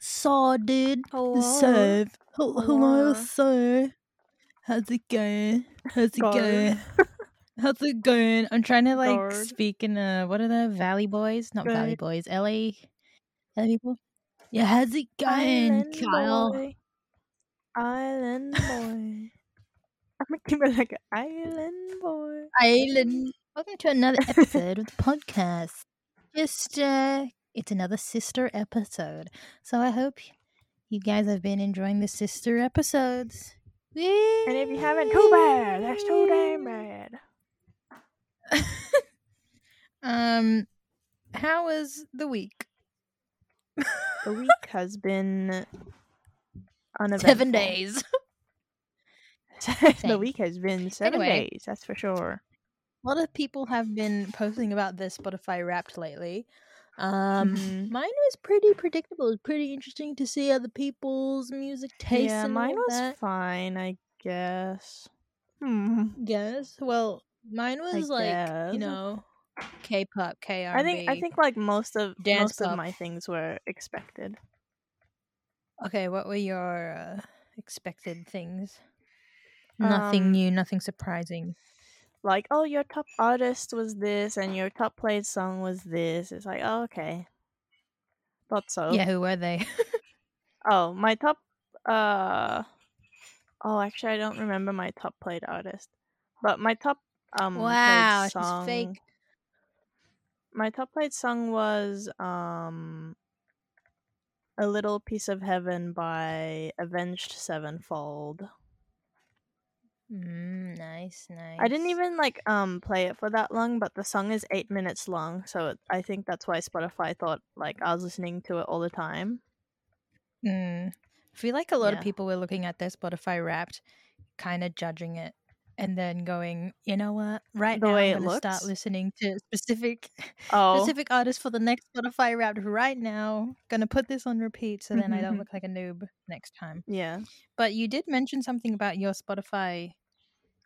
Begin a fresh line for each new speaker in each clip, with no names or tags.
sordid
Hello.
serve. Hello,
Hello.
hello sir. How's it going? How's it
Guard.
going? How's it going? I'm trying to like
Guard.
speak in uh what are the Valley Boys? Not Valley
Right.
Boys. LA LA people. Yeah, how's it going,
Island
Kyle?
boy. Island boy. I'm gonna keep it like an island boy.
Island. Welcome to another episode of the podcast. Just uh it's another sister episode. So I hope you guys have been enjoying the sister episodes.
And if you haven't, too bad. That's too damn bad.
Um how was the week?
The week has been uneventful.
Seven days.
the
Same.
week has been seven
Anyway.
days. That's for sure.
A lot of people have been posting about their Spotify Wrapped lately. Um,
Mhm.
mine was pretty predictable. It was pretty interesting to see other people's music tastes.
yeah,
and
mine
all
was
that.
fine, I guess. Hmm.
Yes. Well, mine was like
guess.
you know, K-pop, K-R.
I think I think like most of
Dance
most
pop.
of my things were expected.
Okay, what were your uh, expected things? Nothing
Um,
new. Nothing surprising.
Like, oh, your top artist was this, and your top played song was this. It's like, oh, okay. Thought so.
Yeah, who were they?
Oh, my top. Uh. Oh, actually, I don't remember my top played artist, but my top um played
Wow, she's
song,
fake.
My top played song was um. A little piece of heaven by Avenged Sevenfold.
mm, nice, nice.
I didn't even like um play it for that long, but the song is eight minutes long, so it, I think that's why Spotify thought like I was listening to it all the time.
Mm. I feel like a lot of
Yeah.
people were looking at their Spotify Wrapped, kind of judging it, and then going, "You know what? Right
The
now,
way
I'm
it
going to start
looks?
listening to specific
Oh,
specific artists for the next Spotify Wrapped. Right now, going to put this on repeat, so then I
Mm-hmm.
don't look like a noob next time."
yeah.
But you did mention something about your Spotify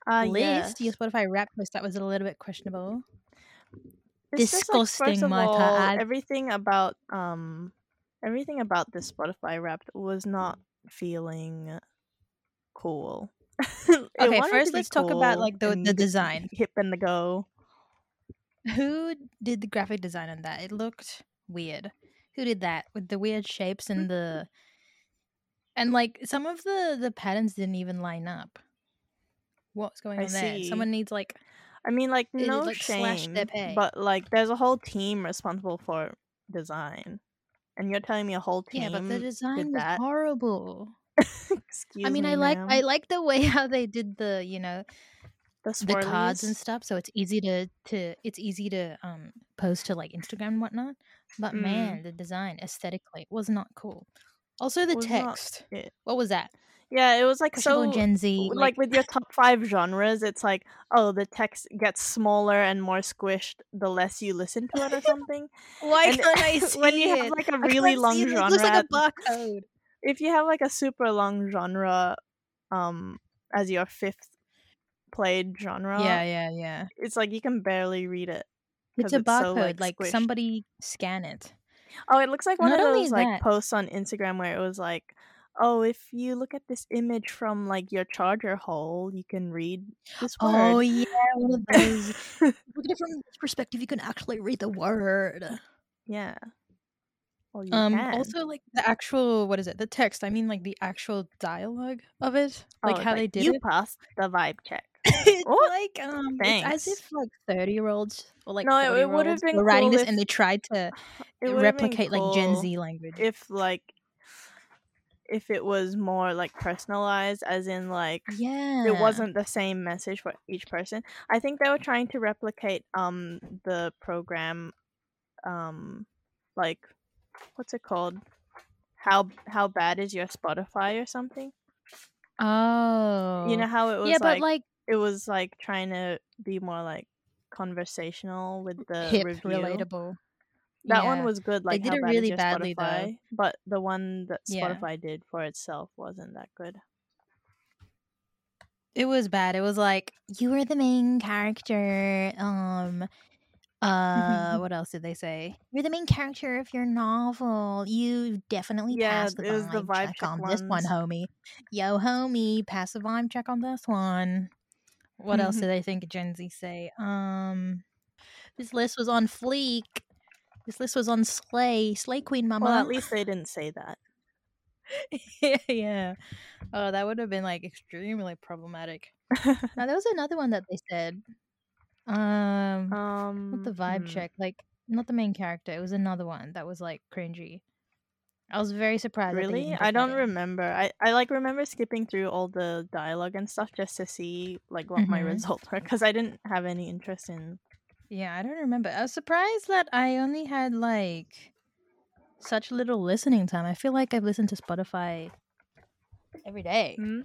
Uh,
list, your
yes.
Spotify Wrapped list that was a little bit questionable.
It's just, like,
disgusting,
first of
Micah,
all,
I-
everything about um, everything about this Spotify Wrapped was not feeling cool. It
Okay,
wanted to
first
be
let's talk about,
cool
like, the- the
and be
design.
hip and the go.
Who did the graphic design on that? It looked weird. Who did that with the weird shapes and
Mm-hmm.
the and like some of the the patterns didn't even line up. What's going
I
on there?
see.
Someone needs like
I mean, like
It,
no
like, slashed
shame,
their pay.
but like there's a whole team responsible for design, and you're telling me a whole team.
yeah, but the design was
that.
horrible.
Excuse
I mean,
me,
I like
ma'am.
I like the way how they did the you know
the,
the cards and
swirlies.
stuff, so it's easy to to it's easy to um post to like Instagram and whatnot. But
Mm.
man, the design aesthetically was not cool. Also, the
Was not
text.
it.
What was that?
Yeah, it was like
Questionable
so
Gen Z.
w- like, with your top five genres, it's like, oh, the text gets smaller and more squished the less you listen to it or something.
Why
And
can't I see
when you
it?
have like a
I
really
can't
long
see it.
genre,
It looks like
at-
a barcode.
if you have like a super long genre, um, as your fifth played genre,
Yeah, yeah, yeah.
it's like you can barely read it.
It's
'Cause
a
it's
barcode.
so,
like
like, squished.
somebody scan it.
Oh, it looks like one
Not
of
only
those like
that-
posts on Instagram where it was like, oh, if you look at this image from like your charger hole, you can read this
Oh
word.
yeah, one of those. Look at it from this perspective. You can actually read the word.
yeah. Well, you
Um.
can.
Also, like the actual what is it? The text. I mean, like the actual dialogue of it. Like
Oh,
how they did
you
it.
passed the vibe check.
it's
Oh,
like um, it's
thanks.
as if like thirty year olds or like
No, it- it
forty year
would've
olds
been
were writing
cool
this
if-
and they tried to
It would've been
replicate like Gen
cool
Z language.
If like, if it was more like personalized, as in like.
yeah,
It wasn't the same message for each person. I think they were trying to replicate um the program um like what's it called? How how bad is your Spotify or something?
Oh.
You know how it was
yeah,
like,
but like
it was like trying to be more like conversational with the
hip
review.
relatable.
That one
Yeah.
was good. Like
did
how
it
bad
really
is your
badly, though.
Spotify? But the one that
Yeah.
Spotify did for itself wasn't that good.
It was bad. It was like you were the main character. Um Uh, what else did they say? You're the main character of your novel. You definitely
Yeah,
pass the
it was the
vibe,
vibe
check
check
on this one,
ones.
homie. Yo, homie, pass the vibe check on this one. What else did I think Gen Z say? Um, this list was on fleek. This list was on Slay, Slay Queen Mama.
Well, at least they didn't say that.
yeah. Oh, that would have been like extremely problematic. Now there was another one that they said. Um,
um,
not the vibe
hmm.
check, like not the main character. It was another one that was like cringy. I was very surprised. that they
Really?
didn't put
I
that
don't
in.
remember. I, I like remember skipping through all the dialogue and stuff just to see like what my
Mhm.
results were because I didn't have any interest in.
Yeah, I don't remember. I was surprised that I only had like such little listening time. I feel like I've listened to Spotify every day.
Mm.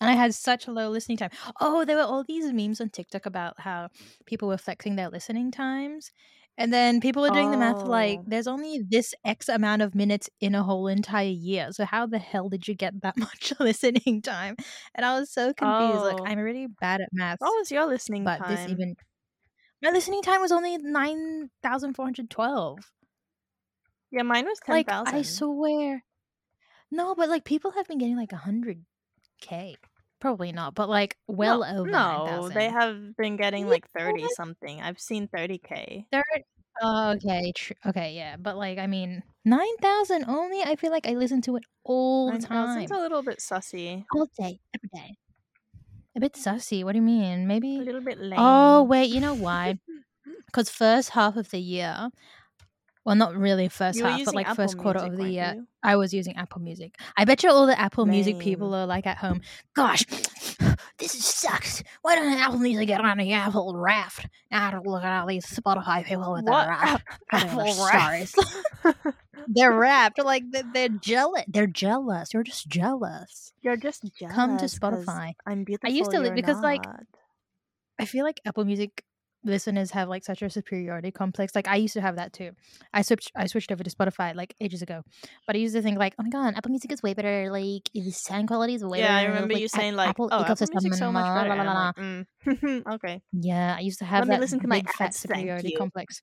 And I had such a low listening time. Oh, there were all these memes on TikTok about how people were flexing their listening times. And then people were doing the math like
Oh.
there's only this X amount of minutes in a whole entire year. So how the hell did you get that much listening time? And I was so confused. Like
Oh.
I'm already bad at maths.
What was Oh, your listening
but
time?
this even my listening time was only nine thousand four hundred twelve
Yeah, mine was ten
like
thousand.
I swear. No, but like people have been getting like a hundred k. Probably not, but like well over.
No, they
9,000.
have been getting
Yeah.
like thirty something. I've seen thirty k.
Third- oh, okay, tr- okay, yeah, but like I mean, nine thousand only. I feel like I listen to it all the time,
a little bit sussy.
all day, every day. A bit sussy. What do you mean?
A
Maybe
little bit lame.
Oh wait, you know why? Because first half of the year, well, not really first
you were
half, but
using
like
Apple
first quarter
Music,
of the
weren't
year,
you?
I was using Apple Music. I bet you all the Apple Music people
Lame.
are like at home. Gosh, this is sucks. Why don't Apple Music get on the Apple Raft? Now I don't look at all these Spotify people with their
What
Raft. putting their
Apple Raft?
stars. they're Raft. Like they- they're jealous. They're jealous. You're just jealous.
You're just jealous.
Come to
'cause
Spotify.
I'm beautiful.
I used to li-
you're
because, like,
not.
I feel like Apple Music listeners have like such a superiority complex. Like I used to have that too. I switched I switched over to Spotify like ages ago. But I used to think like, oh my god, Apple Music is way better. Like the sound quality is way
yeah, I
better.
remember you
Ap-
saying like,
Apple
"Oh, Apple
ecosystem
Music's so much
la,
better."
la, la, la."
and I'm like, mm, okay.
Yeah, I used to have
Let me
that
listen to my
big fat
ads, thank
superiority
you.
complex.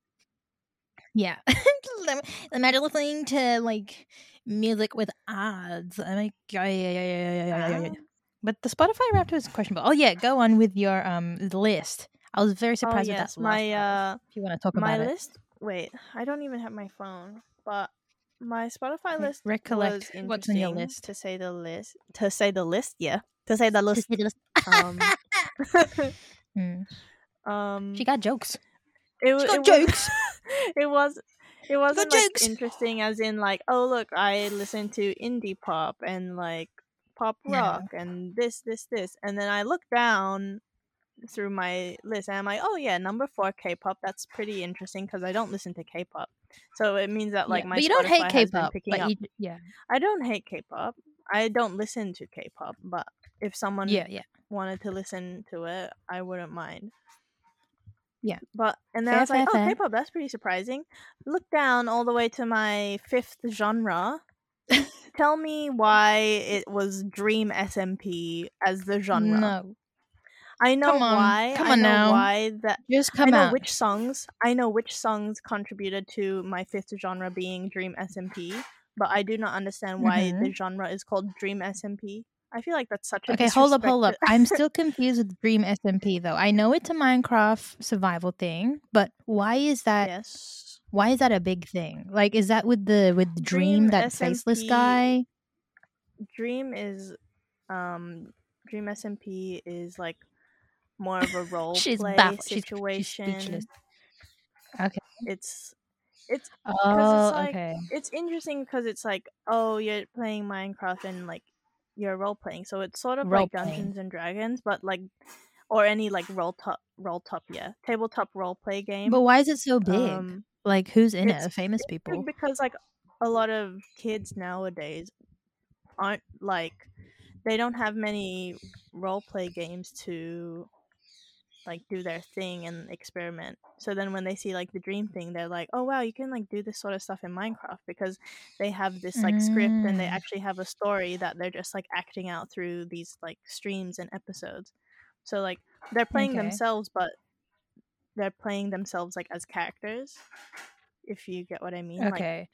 Yeah. Im- Imagine listening to like music with ads. I'm like, yeah, yeah, yeah, yeah, yeah, yeah, yeah, yeah.
Ah.
But the Spotify wrapped was questionable. Oh yeah, go on with your um list. I was very
Oh
surprised
yes,
with that last
my
part,
uh,
if you want to talk
my
about it.
list. Wait, I don't even have my phone, but my Spotify
Re-
list was
recollect
interesting
what's on your list.
to say the list. To say the list, yeah, to say the list. Um,
Mm.
um,
She got jokes.
it,
She
wa-
got
it was-
jokes.
it was it wasn't like
jokes.
interesting as in like oh look i listen to indie pop and like pop
No.
rock and this this this and then i look down through my list and i'm like oh yeah number four k-pop that's pretty interesting because i don't listen to k-pop so it means that like
Yeah,
my
but you don't hate
Spotify has been
K-pop,
picking
but
up
you, yeah,
i don't hate k-pop i don't listen to k-pop but if someone
yeah, yeah.
wanted to listen to it, I wouldn't mind.
Yeah.
But and then
Fair,
I was like,
fair,
oh,
fair.
K-pop, that's pretty surprising. Look down all the way to my fifth genre. Tell me why it was Dream SMP as the genre.
No,
I know
Come on.
why.
Come
I
on
know
now.
why that.
just
I
come
know
out.
which songs. I know which songs contributed to my fifth genre being Dream SMP, but I do not understand why
Mm-hmm.
the genre is called Dream SMP. I feel like that's such a
okay, hold up,
disrespect
hold
to-
up. I'm still confused with Dream SMP though. I know it's a Minecraft survival thing, but why is that?
yes.
Why is that a big thing? Like, is that with the with Dream,
Dream
that faceless
SMP
guy?
Dream is um Dream SMP is like more of a role
She's
play
baffled. She's- she's
situation.
speechless. Okay.
It's it's
Oh,
like-
okay.
it's interesting because it's like oh you're playing Minecraft and like you're role playing, so it's sort of like
Role-playing.
Dungeons and Dragons, but like or any like roll top roll top yeah tabletop role play game.
But why is it so big?
Um,
like, who's in
it's-
it? Famous
big
people.
because like a lot of kids nowadays aren't like they don't have many role play games to like do their thing and experiment. So then when they see like the dream thing, they're like, "Oh wow, you can like do this sort of stuff in Minecraft" because they have this like script and they
Mm.
actually have a story that they're just like acting out through these like streams and episodes. So like they're playing
Okay.
themselves but they're playing themselves like as characters. If you get what I mean, like
Okay.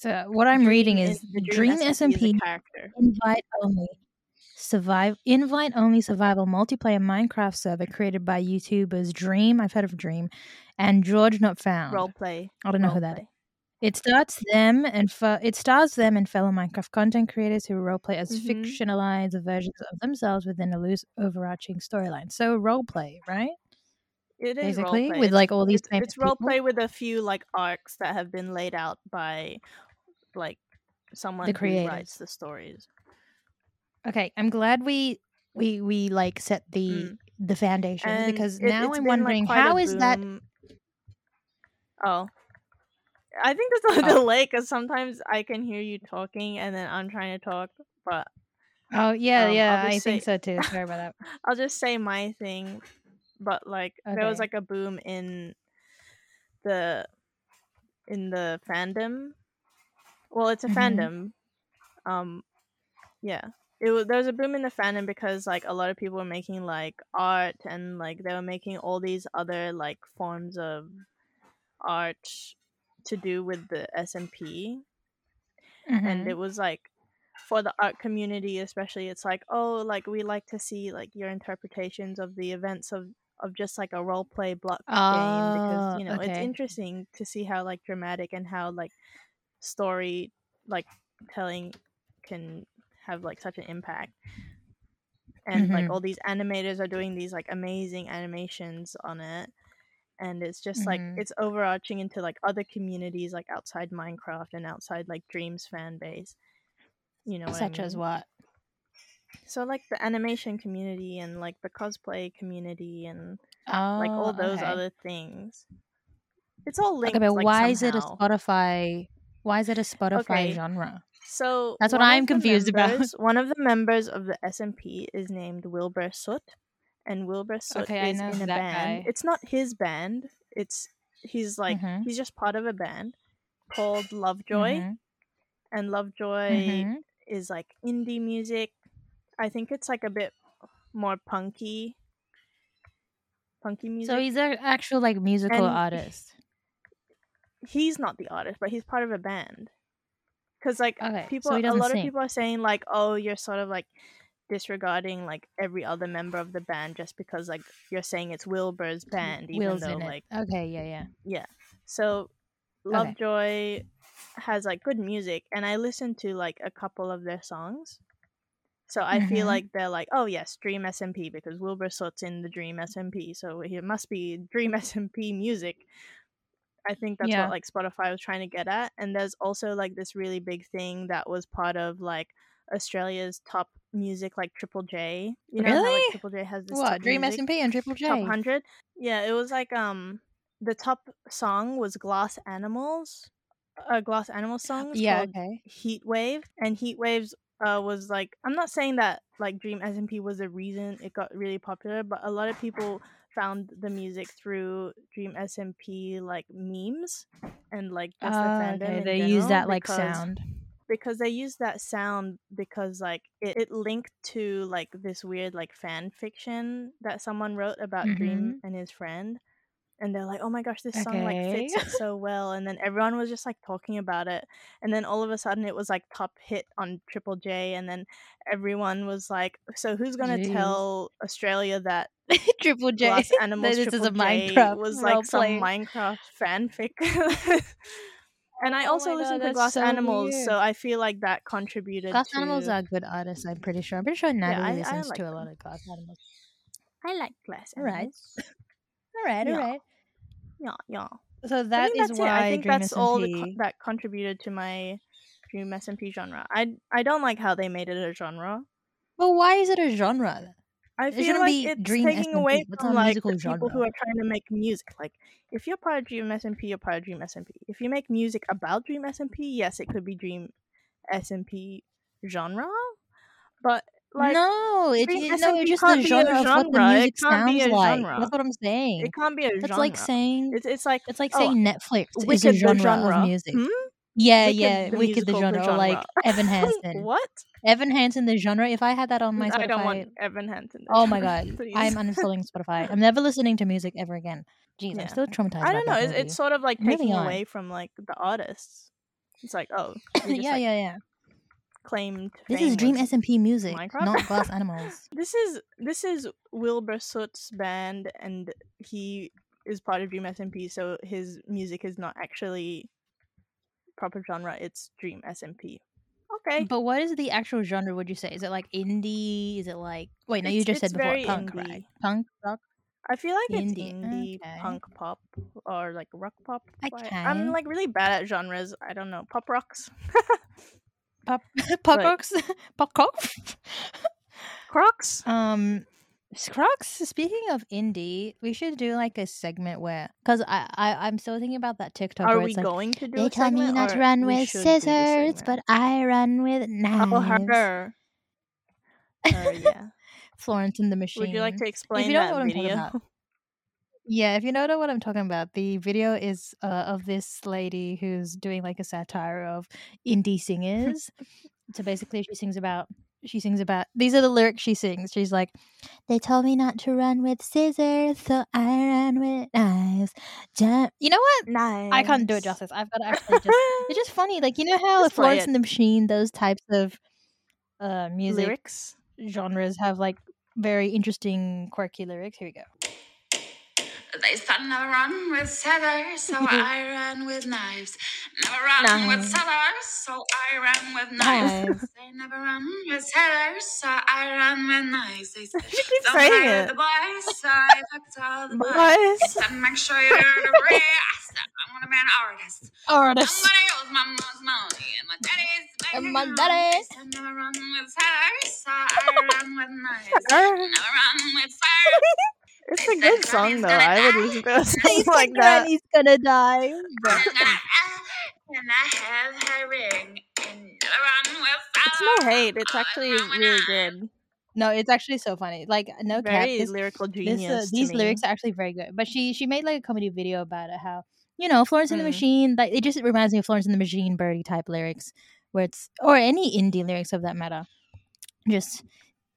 So what I'm reading is
the
Dream SMP
is a character.
invite only survive invite only survival multiplayer Minecraft server created by YouTubers Dream. I've heard of Dream and George Not Found.
Role play.
I don't know who
role
that is.
play.
It starts them and fe- it stars them and fellow Minecraft content creators who roleplay as
Mhm.
fictionalized versions of themselves within a loose overarching storyline. So roleplay, right?
It is role
Basically,
play.
with
It's-
like all these
it's,
famous
it's role
people.
play with a few like arcs that have been laid out by like someone who
creators.
writes the stories.
Okay, I'm glad we we we like set the
Mm.
the foundation
And
because
it-
now
it's
I'm
been, like,
wondering
quite a
how is that
boom- Oh. I think there's a
Oh.
delay because sometimes I can hear you talking and then I'm trying to talk, but
Oh yeah,
Um, I'll
yeah,
just
I think
say-
so too. Sorry about that.
I'll just say my thing. But like there was
Okay.
like a boom in the in the fandom. Well, it's a
Mhm.
fandom. Um yeah. It was, there was a boom in the fandom because like a lot of people were making like art and like they were making all these other like forms of art to do with the SMP and
Mhm.
it was like for the art community especially it's like oh like we like to see like your interpretations of the events of of just like a role play block game because
Oh,
you know it's
okay.
interesting to see how like dramatic and how like story like telling can have like such an impact and like
Mhm.
all these animators are doing these like amazing animations on it and it's just like
Mhm.
it's overarching into like other communities like outside minecraft and outside like dreams fan base you know what i
Such as
mean
what?
so like the animation community and like the cosplay community and like all
Oh,
those
okay.
other things it's all
Okay,
linked
but
like
why is it a
somehow
Spotify? Why is it a Spotify
okay
genre?
so
That's what
one
I'm
of the
confused about.
members one of the members of the smp is named wilbur soot and wilbur soot
Okay, I
is
know
in a
that
band
guy.
it's not his band it's he's like
Mhm.
he's just part of a band called lovejoy
Mhm.
and Lovejoy
Mhm.
is like indie music. I think it's like a bit more punky, punky
So
music.
he's an actual like musical
And
artist.
he's not the artist, but he's part of a band. Cause like
Okay, so
people,
he
a
doesn't
lot of
sing.
people are saying like, oh, you're sort of like disregarding like every other member of the band just because like you're saying it's Wilbur's
W-
band, even
Will's
though
in it.
like
Okay, yeah, yeah.
yeah. So
Okay.
Lovejoy has like good music, and I listened to like a couple of their songs. So I feel
Mhm.
like they're like, oh yes, Dream SMP because Wilbur Soot's in the Dream SMP, so it must be Dream SMP music. I think that's what
Yeah.
like Spotify was trying to get at. And there's also like this really big thing that was part of like Australia's top music, like Triple J. You know how like
Really?
Triple J has this top
What? Dream
music,
SMP and Triple
top
J.
hundred. Yeah, it was like um the top song was Glass Animals. Uh, Glass Animals songs
Yeah.
called
Okay.
Heat Wave, and Heat Waves uh, was like I'm not saying that like Dream SMP was the reason it got really popular, but a lot of people found the music through Dream SMP like memes and like just the
Oh,
fandom
okay.
in
They use
general
that like
because
sound.
because they used that sound because like it, it linked to like this weird like fan fiction that someone wrote about Dream
Mm-hmm.
and his friend and they're like, "Oh my gosh, this song like
Okay.
fits it so well." And then everyone was just like talking about it, and then all of a sudden it was like top hit on Triple J, and then everyone was like, "So who's gonna
Jeez.
tell Australia that
Triple J.
Glass
that
Animals
this is
Triple
a
J
Minecraft
was like
role
some
play.
Minecraft fanfic?" and I
Oh
also
my god,
listen to
that's
Glass
so
Animals, so
weird.
I feel like that contributed
Glass Animals
to
are good artists, I'm pretty sure. I'm pretty sure
yeah,
Natalie
I I
listens
like
to a lot
them.
of Glass Animals.
I like Glass
All right.
Animals.
All right, all
Yeah,
right.
yeah, yeah.
So
I
that
think
is
that's it. I
why
think
Dream
that's all the co-
SMP.
that contributed to my dream SMP genre. I I don't like how they made it a genre.
But why is it a genre?
I
It
feel
shouldn't
like
be
it's
Dream
taking away
SMP. That's
from
not a
like the
musical
people who
genre.
are trying to make music. Like if you're part of Dream SMP, you're part of Dream SMP. If you make music about Dream SMP, yes, it could be Dream SMP genre, but like
No, it,
Dream
it no, it's
SMP
just the
can't be a
genre of what the
genre. It
music
can't be
sounds
a
like. That's
genre.
what I'm saying.
It can't be a
That's like
genre.
saying
It's it's like
it's like
oh,
saying Netflix is a
Wicked the
genre of
genre.
music.
Hmm?
Yeah,
Wicked,
yeah,
the
Wicked the
musical,
genre,
the
or like
genre.
Evan Hansen.
what?
Evan Hansen the genre. If I had that on my Spotify,
I don't want Evan Hansen.
oh my god,
Please.
I'm uninstalling Spotify. I'm never listening to music ever again. Jeez,
Yeah.
I'm still traumatized.
I don't
about
know.
that
It's,
movie.
it's sort of like
Moving
taking
on.
away from like the artists. It's like oh, you just,
yeah,
like,
yeah, yeah.
claimed.
This
fame
is Dream
with-
SMP music,
Minecraft?
not Glass Animals.
This is this is Wilbur Soot's band, and he is part of Dream SMP. So his music is not actually proper genre. It's Dream SMP. Okay.
But what is the actual genre? Would you say is it like indie? Is it like wait? No, you
It's-
just said
it's
before
very
punk,
indie.
right? Punk rock.
I feel like it's
Indie,
indie
okay.
punk pop or like rock pop. Why-
Okay.
I'm like really bad at genres. I don't know. Pop rocks.
pop pop
Right.
rocks pop cock
Crocs?
um Scrocks, speaking of indie, we should do like a segment where because I, I I'm still thinking about that TikTok
Are
where
we
it's like
going to do
they
a
tell me
segment,
not to
or
run
we
with
should do the
scissors,
segment?
but I run with
Oh,
knives.
her. Oh, yeah.
Florence and the Machine.
Would you like to
if
explain
you don't
that
know what I'm talking
video?
about. Yeah, if you don't know what I'm talking about, the video is uh, of this lady who's doing like a satire of indie singers. so basically, she sings about she sings about these are the lyrics she sings. She's like, "They told me not to run with scissors, so I ran with knives." Jump. You know what?
Nice.
I can't do it justice. I've got to actually just. It's just funny, like you know how
Just play
Florence
it.
and the Machine, those types of uh music
lyrics.
genres have like very interesting, quirky lyrics. Here we go.
They said never run with scissors, so I ran with knives. Never run with
Knives.
scissors, so I ran with knives.
Knives.
They never run with scissors, so I ran with knives. They said,
She keeps
don't
saying
hire
it.
the boys, so I fucked all the boys.
Boys.
Said, make sure you do the ray. I said, I'm gonna be an artist. I'm
Artists.
gonna use my mom's money and my daddy's
And
bank
my
account.
daddy.
They said, never run with scissors, so I ran with knives.
Arr.
Never run with scissors.
It's a good song though. I would listen to a song like that.
Granny's gonna die.
And I, uh, and I have her ring. And around with
It's Oh, no hate. It's actually really good.
No, it's actually so funny. Like no cap,
Very
this,
lyrical
this, uh,
genius. to
these
me.
lyrics are actually very good. But she she made like a comedy video about it. How you know Florence and the
Mm.
Machine? Like it just reminds me of Florence and the Machine Birdie type lyrics, where it's or any indie lyrics of that matter. Just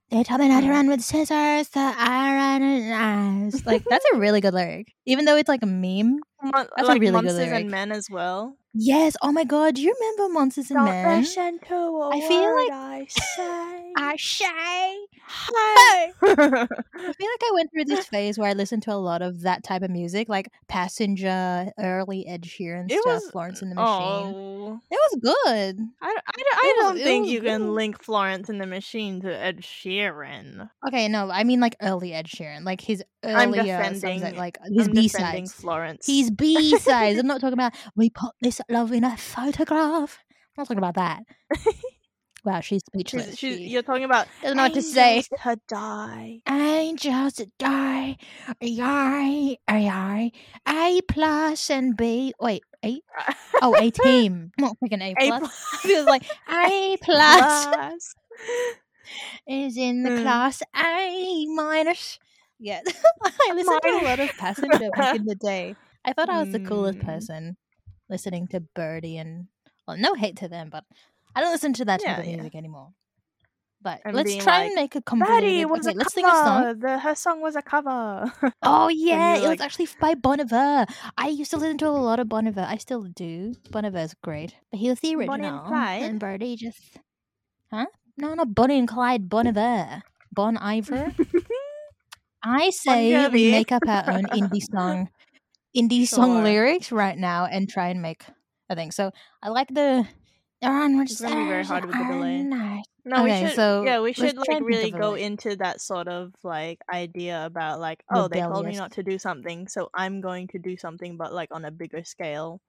they told me not to
Mm.
run with scissors, so I ran with knives. Like that's a really good lyric, even though it's like a meme.
Mon-
a
like
really good
monsters
lyric.
and men as well.
Yes. Oh my god, do you remember Monsters and Men?
listen to a
I feel like-
I say.
I shy.
Hi.
I feel like I went through this phase where I listened to a lot of that type of music, like Passenger, early Ed Sheeran
It
stuff,
was-
Florence and the Machine.
oh,
It was good.
I, I, I
It was-
don't
it
think
was
you
good.
can link Florence and the Machine to Ed Sheeran.
Okay, no, I mean like early Ed Sheeran, like his
I'm
earlier songs, that,
defending-
like his
I'm
B
defending
sides.
Florence.
His B sides. I'm not talking about we put this love in a photograph. I'm not talking about that. wow, she's
She's-
speechless.
she's-
she
you're talking about
doesn't know what to say.
Angels To die.
Angels die, yai, yai, A plus and B. Wait, eight? Oh, A team. Not freaking A
A
plus.
plus.
Feels like A plus
Plus.
is in the
Mm.
class A minus. Yeah, I listened to a lot of Passenger back in the day. I thought I was the coolest
Mm.
person listening to Birdie and well, no hate to them, but I don't listen to that type
Yeah,
of
yeah.
music anymore. But
And
let's
being
try
like,
and make a
Maddie
convoluted.
was
Okay,
a
let's sing a song.
cover. The, her song was a cover.
Oh yeah,
you
it
were
was
like-
actually by Bon Iver. I used to listen to a lot of Bon Iver. I still do. Bon Iver's great, but he was the
Bonnie and
original.
Clyde?
And Birdie just, huh? No, not Bonnie and Clyde. Bon Iver. Bon Iver. I say
Jovi.
we make up our own indie song, indie song
Sure.
lyrics right now and try and make a thing. So I like the. It's
It's gonna be very hard with the delay. No,
Okay,
we should.
so
yeah, we
let's
should
try
like
and think
really
of a
go
way.
into that sort of like idea about like, oh, they told me
Rebellious.
not to do something, so I'm going to do something, but like on a bigger scale,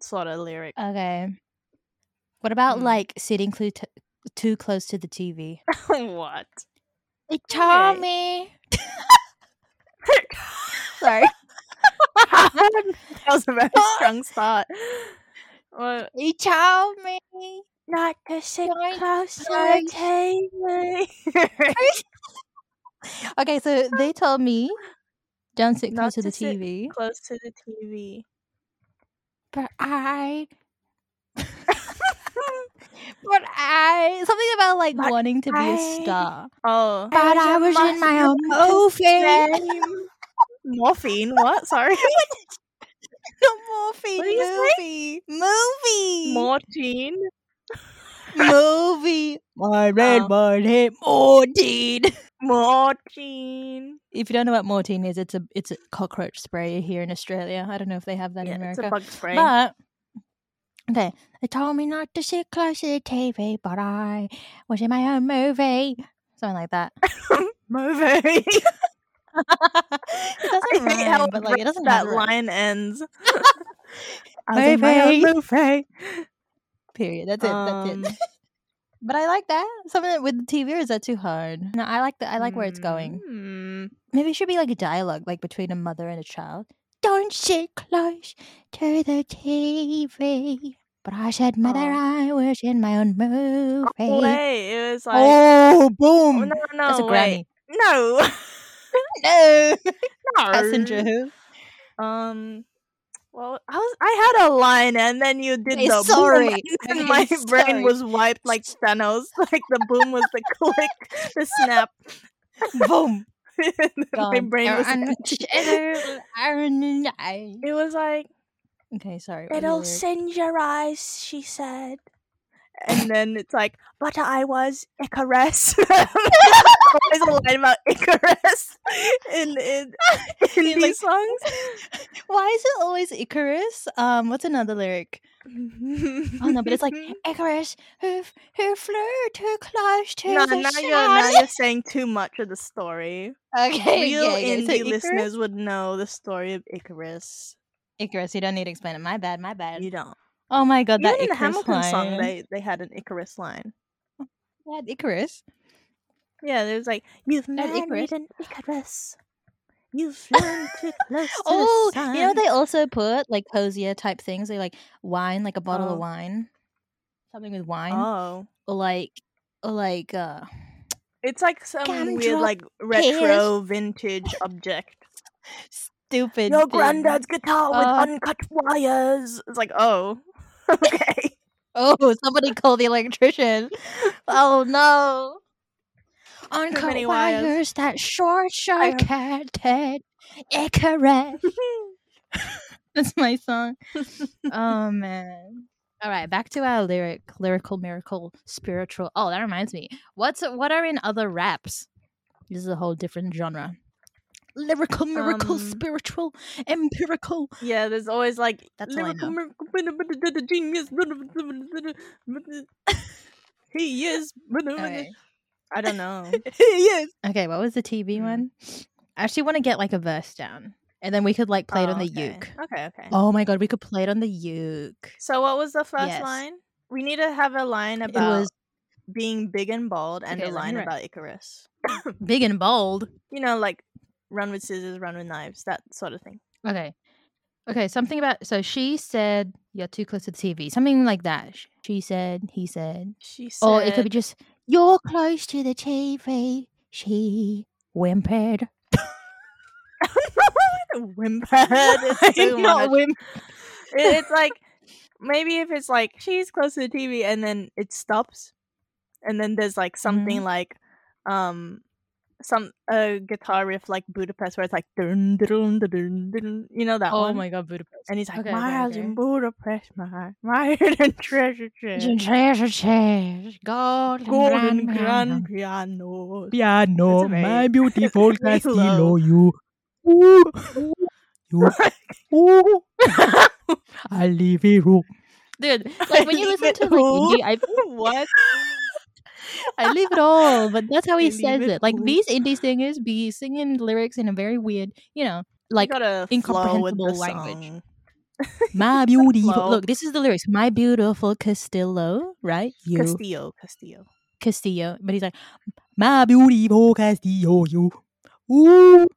sort of lyric.
Okay. What about
Hmm.
like sitting clu- t- too close to the TV?
what?
It
Okay.
me. Sorry.
that was a very strong start. Well,
You told me.
not to sit
Sorry.
close to
Sorry.
the TV.
Okay, so they told me don't sit
Not
close to
to
the
sit
TV.
close to the TV.
But I But I something about like
But
wanting to be
I-
a star.
Oh.
But I was in my own morphine.
Morphine? What? Sorry.
Not morphine.
What do you
movie. Movie.
Mortine?
movie. My red
Oh.
one hit Mortine.
Mortine.
If you don't know what Mortine is, it's a it's a cockroach spray here in Australia. I don't know if they have that in
Yeah, it's a
America.
bug spray.
But okay, they told me not to sit close to the TV, but I was in my own movie, something like that.
Movie.
it doesn't
I hate how
rhyme, but like it doesn't
that
have a rhyme.
line ends. I was in my own movie.
Period. That's it. That's
Um,
it. but I like that. Something that- with the TV or is that too hard? No, I like the I like where it's going.
Hmm.
Maybe it should be like a dialogue, like between a mother and a child. Don't sit close to the TV. But I said, mother, I was in my own movie.
Oh, Wait, it was like
oh,
oh,
boom!
no, no,
That's a
wait,
granny.
no,
No,
no,
passenger who?
Um, well, I was I had a line, and then you did
Hey,
the boom,
sorry.
and then
Okay,
my
sorry.
brain was wiped like Thanos. Like the boom was the click, the snap.
boom.
my
Gone.
brain was.
Aaron-
empty.
Aaron- Aaron- I-
It was like
Okay, sorry. what are the
It'll
lyrics?
singe your eyes, she said. And then it's like, but I was Icarus. There's a line about Icarus in in, in
You're
these
like-
songs.
Why is it always Icarus? Um, what's another lyric?
oh
no, but it's like, Icarus, who f- who flew too close to
no, now
the
you're
sun.
now you're saying too much of the story.
Okay,
Real
okay, okay. So
indie
Icarus-
listeners would know the story of Icarus.
Icarus, you don't need to explain it. My bad, my bad.
You don't.
Oh my god,
Even
that
in the
Icarus
Hamilton
line.
song, they they had an Icarus line.
That Icarus.
Yeah, there's like you've
An
married
Icarus?
an Icarus. You've flown too close to
Oh,
the sun.
you know they also put like hosier type things. They like wine, like a bottle
Oh.
of wine, something with wine,
Oh,
or like, or like, uh,
it's like some
Gum
weird
drop
like retro vintage object.
stupid.
Your
thing.
granddad's guitar with
Uh,
uncut wires. It's like oh, okay.
Oh, somebody call the electrician. oh no. Uncut
many
wires.
wires.
that short circuited Icarus. That's my song. oh man. All right, back to our lyric, lyrical, miracle, spiritual. Oh, that reminds me. What's what are in other raps? This is a whole different genre. Lyrical, miracle,
Um,
spiritual, empirical.
yeah, there's always like
That's all I
lyrical miracle- genius. He is.
Okay.
I don't know.
he is. Okay, what was the TV
Hmm.
one? I actually want to get like a verse down, and then we could like play it
Oh,
on the
okay.
uke.
Okay, okay.
Oh my god, we could play it on the uke.
So what was the first
Yes.
line? We need to have a line
It
about
was
being big and bald and
Okay, let
a
me
line
write.
about Icarus.
big and bold.
You know, like run with scissors, run with knives, that sort of thing.
Okay, okay, something about. So she said, "You're too close to the TV." Something like that. Sh- She said, he said,
She said,
or Oh, it could be just, "You're close to the TV." She whimpered.
whimpered. It's so
Not
monotonous.
whim-
It- it's like maybe if it's like she's close to the TV and then it stops, and then there's like something like, um, some a guitar riff like Budapest where it's like dun dun dun dun dun. You know that
Oh
one.
my god, Budapest.
And he's like,
Okay, okay,
my house
okay.
in Budapest, my my hidden treasure chest,
Treasure chest, golden,
golden
grand
grand piano.
piano,
It's amazing. my
beautiful
It's really Castillo, low.
you. I leave it Dude, like when you
leave
listen to
it
like
all.
indie, I,
what?
I leave it all, but that's how
I
he
leave
says
it
it. Like
all.
these indie singers be singing lyrics in a very weird, you know, like
gotta flow with the
incomprehensible language.
song.
my beautiful.
flow.
Look, this is the lyrics. My beautiful Castillo, right? You
Castillo, Castillo.
Castillo, but he's like, my beautiful Castillo, you, ooh,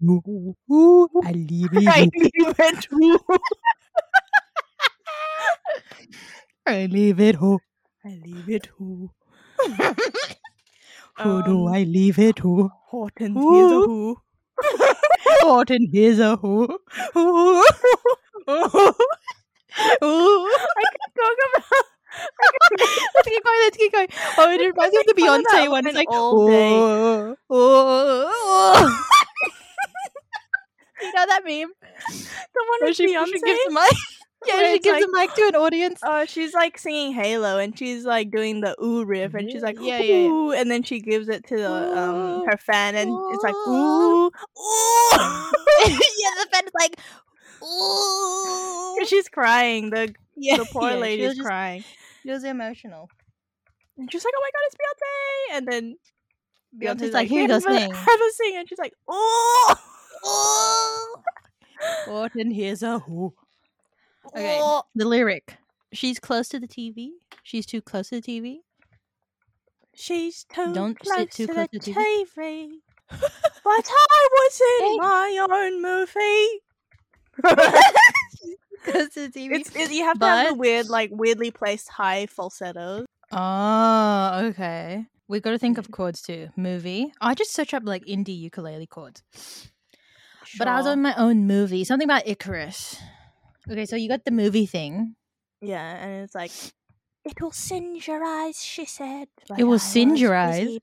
you, ooh, I leave
I
you,
leave it all.
I leave it, oh,
I leave it who.
who do oh, I leave it, who,
Horton
Ooh.
Um, who.
what in his, oh, who, ooh, ooh, ooh,
I can talk about
let's keep going. Let's keep going. Oh, it reminds me of the
make fun of that
Beyonce one. It's
woman
like
all day.
"Oh, oh, oh." you know that meme
The one
where
with
she,
Beyonce.
she gives the mic.
Where
Yeah, she
it's
gives the
like-
mic to an audience.
Oh, she's like singing Halo, and she's like doing the ooh riff, and she's like
Yeah, yeah, yeah.
ooh, and then she gives it to the um
Ooh.
her fan, and it's like
Ooh.
ooh ooh.
yeah, the fan is like, ooh.
she's crying. The
Yeah,
the poor
yeah, she
lady's
was just-
crying,
She was emotional.
and she's like, oh my god, it's Beyonce, and then
Beyonce's like, here you go,
have a-
sing.
have a sing, and she's like "Oh." ooh.
Orton hears a who. Okay.
ooh."
The lyric. She's close to the TV. She's too close to the TV.
She's too
Don't sit
close
too
to
close
the
to the
TV. but I was in
Hey.
my own movie.
Close to the TV.
It's, it, you have to have the
But-
weird, like weirdly placed high falsettos.
Oh, okay. We got to think of chords too. Movie. I just search up like indie ukulele chords. But I was
Sure.
on my own movie. Something about Icarus. Okay, so you got the movie thing.
Yeah, and it's like, it will singe your eyes, she said.
It will singe your eyes?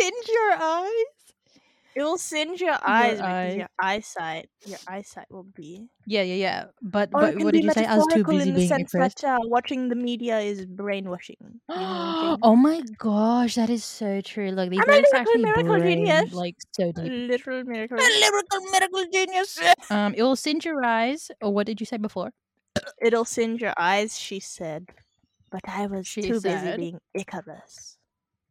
Singe your eyes.
it will singe your eyes because
eyes.
your eyesight, your eyesight will be.
Yeah, yeah, yeah. But,
Or it
but
can
what
be
did you say? I was too
metaphorical
busy
in the
being
sense
Icarus.
that uh, watching the media is brainwashing. You know what I'm saying?
oh my gosh, that is so true. Like these
I'm a
lyrics
lyrical
actually
miracle
brain,
genius.
like so deep.
Literal miracle.
lyrical medical genius. Um, it will singe your eyes. Or what did you say before?
It'll singe your eyes, she said. But I was
She
too busy
said.
being Icarus.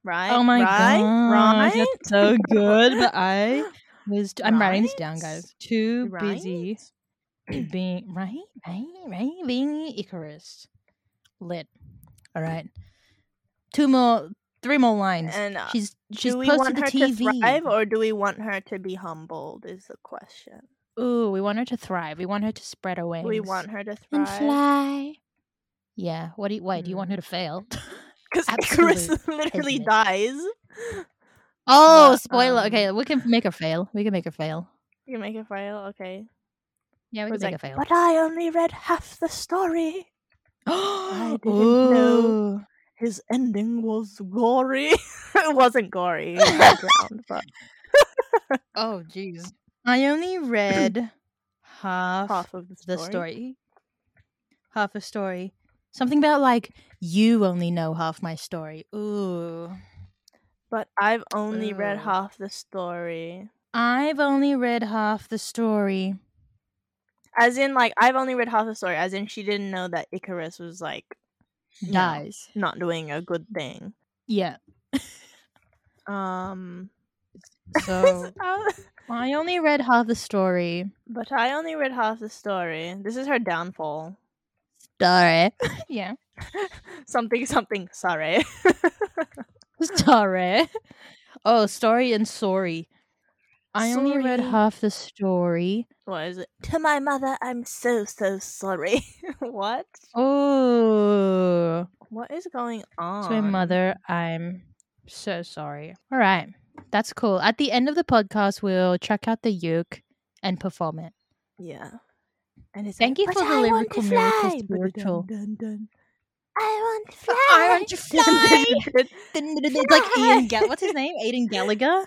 Right?
oh my
right?
gosh,
Right?
that's so good. But I was. i I'm writing this down,
Right?
guys. Too
Right?
busy being right, right, right, being Icarus. Lit. All right. Two more, three more lines.
And uh,
she's she's
do we
close to
want
the
her
TV.
to thrive or do we want her to be humbled? Is the question.
Ooh, we want her to thrive. We want her to spread her wings.
We want her to
and
thrive Mm-hmm.
fly. Yeah. What do you? Why do you want her to fail?
because Icarus
Absolute
literally
isn't it?
dies.
Oh,
But,
spoiler.
um,
okay, we can make her fail. We can make her fail.
You make a fail, okay?
Yeah, we
It's
can Oh, make
like,
her fail.
but I only read half the story.
I
didn't know. His ending was gory. it wasn't gory. It was background, but
Oh, jeez. I only read half,
half of the
the
story.
story. Half a story. Something about like you only know half my story. Ooh.
But I've only read
Ooh.
half the story.
I've only read half the story.
As in, like, I've only read half the story. As in, she didn't know that Icarus was like you know,
Dies.
not doing a good thing.
Yeah.
Um,
So
uh,
I only read half the story.
but I only read half the story. This is her downfall.
Sorry. yeah.
something, something. Sorry.
Sorry. Oh, story and sorry. I only read
Sorry.
half the story.
what is it? To my mother, I'm so so sorry. what?
Oh,
What is going on?
to my mother, I'm so sorry. All right, that's cool. At the end of the podcast, we'll check out the uke and perform it.
Yeah. And it's
Thank you for the lyrical miracle spiritual.
I want to
I want to fly.
It's
It's like Ian Gall. What's his name? Aiden Gallagher.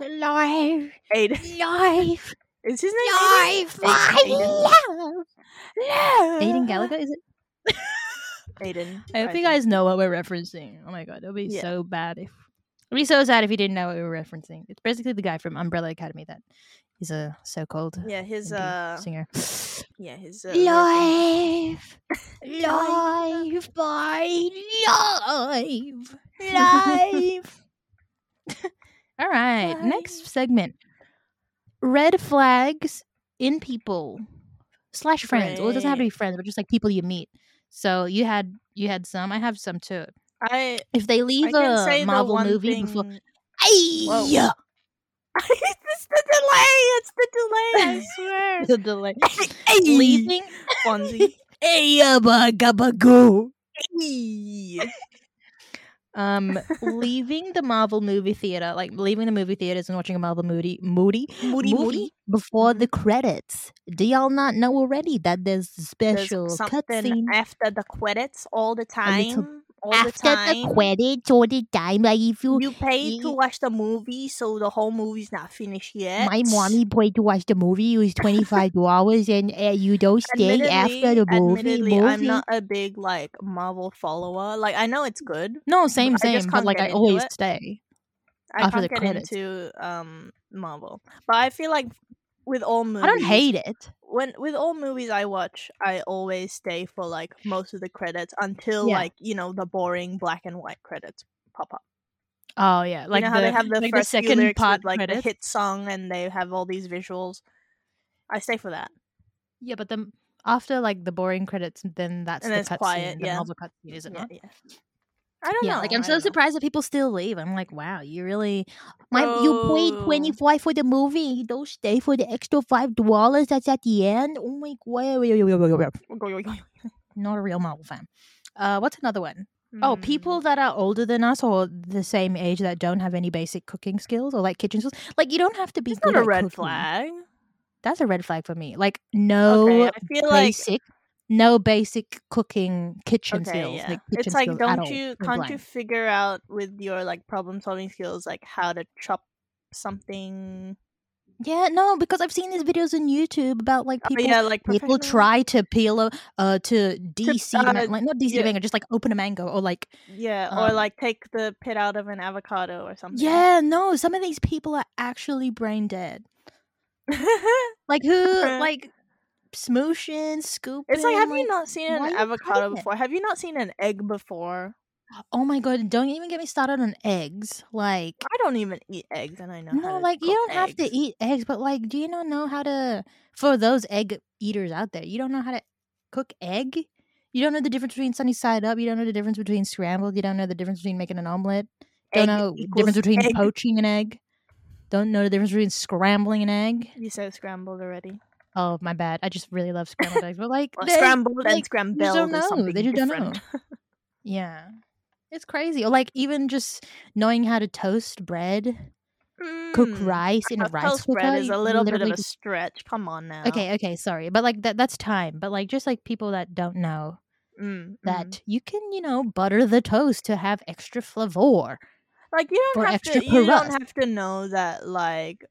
To life,
Aiden.
life,
Is his name Aiden?
life, love. Aiden
Aiden
Gallagher is it?
Aiden.
I hope you guys know what we're referencing. Oh my god, it'll be
Yeah.
so bad if it'll be so sad if you didn't know what we were referencing. It's basically the guy from Umbrella Academy that is a so-called
Yeah, his
indie
uh,
singer.
yeah, his uh, lyrical-
Life, life, my life, life. All right, next
Life.
segment: red flags in people slash friends. Well, it doesn't have to
Right.
be friends, but just like people you meet. So you had you had some. I have some too.
I
If they
I
leave
can say
a
the
Marvel
one
movie before,
thing- Whoa.
Ayya!
it's the delay. It's the delay. I swear.
the delay,
Ay.
leaving,
Fonzie.
ayya, ba, ga, ba, go.
Ay.
Um, leaving the Marvel movie theater, like leaving the movie theaters and watching a Marvel movie, moody,
Moody,
movie
moody.
before the credits. Do y'all not know already that there's a
There's
special
something
cutscene
after the credits all the
little-
time. All
after
the time.
credits or the time? Like if you,
you paid to
you-
watch the movie, so the whole movie's not finished yet.
my mommy paid to watch the movie. It was twenty five dollars, and uh, you don't stay after the movie.
admittedly, I'm
movie.
not a big like Marvel follower. Like I know it's good.
no, same,
I just
same. But
can't
like,
get
I
into
always
it.
stay.
I
After the
can't get
credits.
into um Marvel, but I feel like with all movies,
I don't hate it.
when with all movies I watch, I always stay for like most of the credits until
Yeah.
like you know the boring black and white credits pop up.
Oh yeah, like the,
you know how they have the
like
first
the
few
second
lyrics
part
with, like
credits.
the hit song, and they have all these visuals. I stay for that.
Yeah, but then after like the boring credits, then that's
And
the
it's quiet,
cutscene, the
yeah.
Marvel cutscene, isn't
Yeah,
it?
yeah. I don't
Yeah,
know.
like I'm
I
so
don't know.
surprised that people still leave. I'm like, wow, you really, my you paid
Oh.
twenty five for the movie, and you don't stay for the extra five dollars that's at the end. Oh my god, not a real Marvel fan. Uh, what's another one?
Mm,
Oh, people that are older than us or the same age that don't have any basic cooking skills or like kitchen skills. Like you don't have to be.
It's
good
not a
at
red
cooking.
flag.
That's a red flag for me. Like no
okay, I feel like
basic, no basic cooking kitchen
okay,
skills.
yeah.
Like kitchen
it's like
skills at
don't
all,
you
point
can't
blank.
you figure out with your like problem solving skills like how to chop something?
Yeah, no, because I've seen these videos on YouTube about like people.
oh, yeah, like
People
professional-
try to peel a uh to DC
uh,
ma- like not DC
yeah.
mango, just like open a mango or like
Yeah, or
um,
like take the pit out of an avocado or something.
yeah no. Some of these people are actually brain dead.
it's
Like who like smooshing, scooping.
like have you not seen
why
an
you
avocado
cutting it?
before? Have you not seen an egg before?
Oh my god! Don't even get me started on eggs. Like
I don't even eat eggs, and I know. how
No,
to
like you
cook
don't have
eggs.
to eat eggs, but like, do you not know how to? For those egg eaters out there, you don't know how to cook egg. You don't know the difference between sunny side up. You don't know the difference between scrambled. You don't know the difference between making an omelet. Don't
Egg
know the
equals
difference between
egg.
poaching an egg. Don't know the difference between scrambling an egg.
You said scrambled already.
Oh my bad. I just really love scrambled eggs, but like
Or
there's-
scrambled and
like, you
scrambled
just don't
or
know.
something
They just don't
different.
know. Yeah, it's crazy. Or like even just knowing how to toast bread, cook
Mm.
rice in a
Now,
rice
toast
cooker.
bread is
you
a little bit of
literally
a
just
stretch. Come on now.
Okay, okay, sorry. But like that that's time. But like just like people that don't know
Mm,
that
mm.
you can, you know, butter the toast to have extra flavor.
like you
or
don't have
extra
to. You don't
crust.
have to know that like,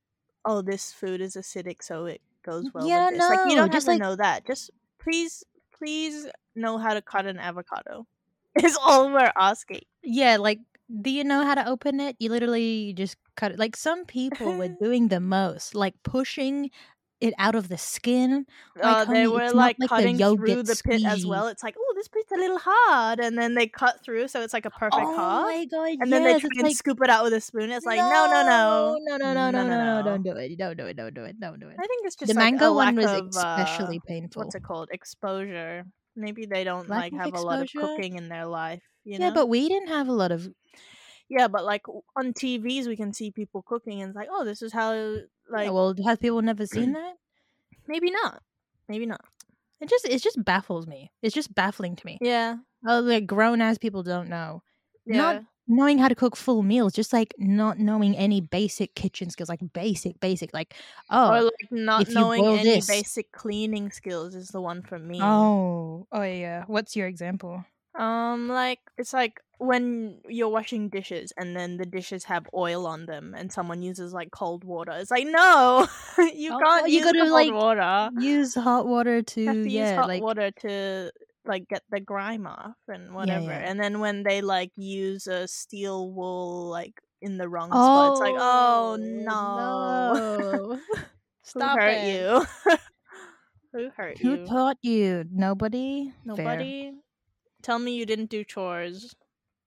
oh, this food is acidic, so it goes well.
Yeah,
with this. like you
no,
don't
just,
have
like-
to know that. Just please, please know how to cut an avocado. Is all we're asking.
Yeah, like do you know how to open it? You literally just cut it. Like some people were doing the most, like pushing it out of the skin.
uh,
Like,
they
honey,
were
it's not
like
like a
cutting through
yogurt
the pit as
squeegee.
well. It's like, oh, this pit's a little hard, and then they cut through, so it's like a perfect
oh
half.
my god! yes,
and then they try
it's
and
like
scoop it out with a spoon. It's like, no, no, no.
no, no, no, no,
No,
no,
no,
no,
no.
don't do it, don't do it, don't do it, don't do it.
I think it's just
The
like,
mango
a lack
one was
of,
especially
uh,
painful.
what's it called exposure. Maybe they don't
Lack
like
of
have a lot of
exposure?
cooking in their life. You
Yeah,
know?
but we didn't have a lot of
yeah, but like w- on TVs we can see people cooking, and it's like, oh, this is how. Like
Yeah, well, have people never seen that?
maybe not, maybe not.
It just it just baffles me. It's just baffling to me.
Yeah,
Oh, like grown ass people don't know
yeah.
Not- knowing how to cook full meals, just like not knowing any basic kitchen skills, like basic, basic, like
or
oh,
like not
if you
knowing
boil
any
this-
basic cleaning skills is the one for me.
oh, oh yeah. What's your example?
Um, like it's like when you're washing dishes and then the dishes have oil on them, and someone uses like cold water. It's like no, you
Oh,
can't
you
use
gotta,
cold
like,
water.
Use hot water to
You have to
yeah,
use Uh, hot
like
water to like get the grime off and whatever.
yeah.
And then when they like use a steel wool like in the wrong spot, it's like oh no,
no.
who
Stop
hurt
it.
you? who hurt
Who
you?
taught you? Nobody. Fair.
Nobody. Tell me you didn't do chores.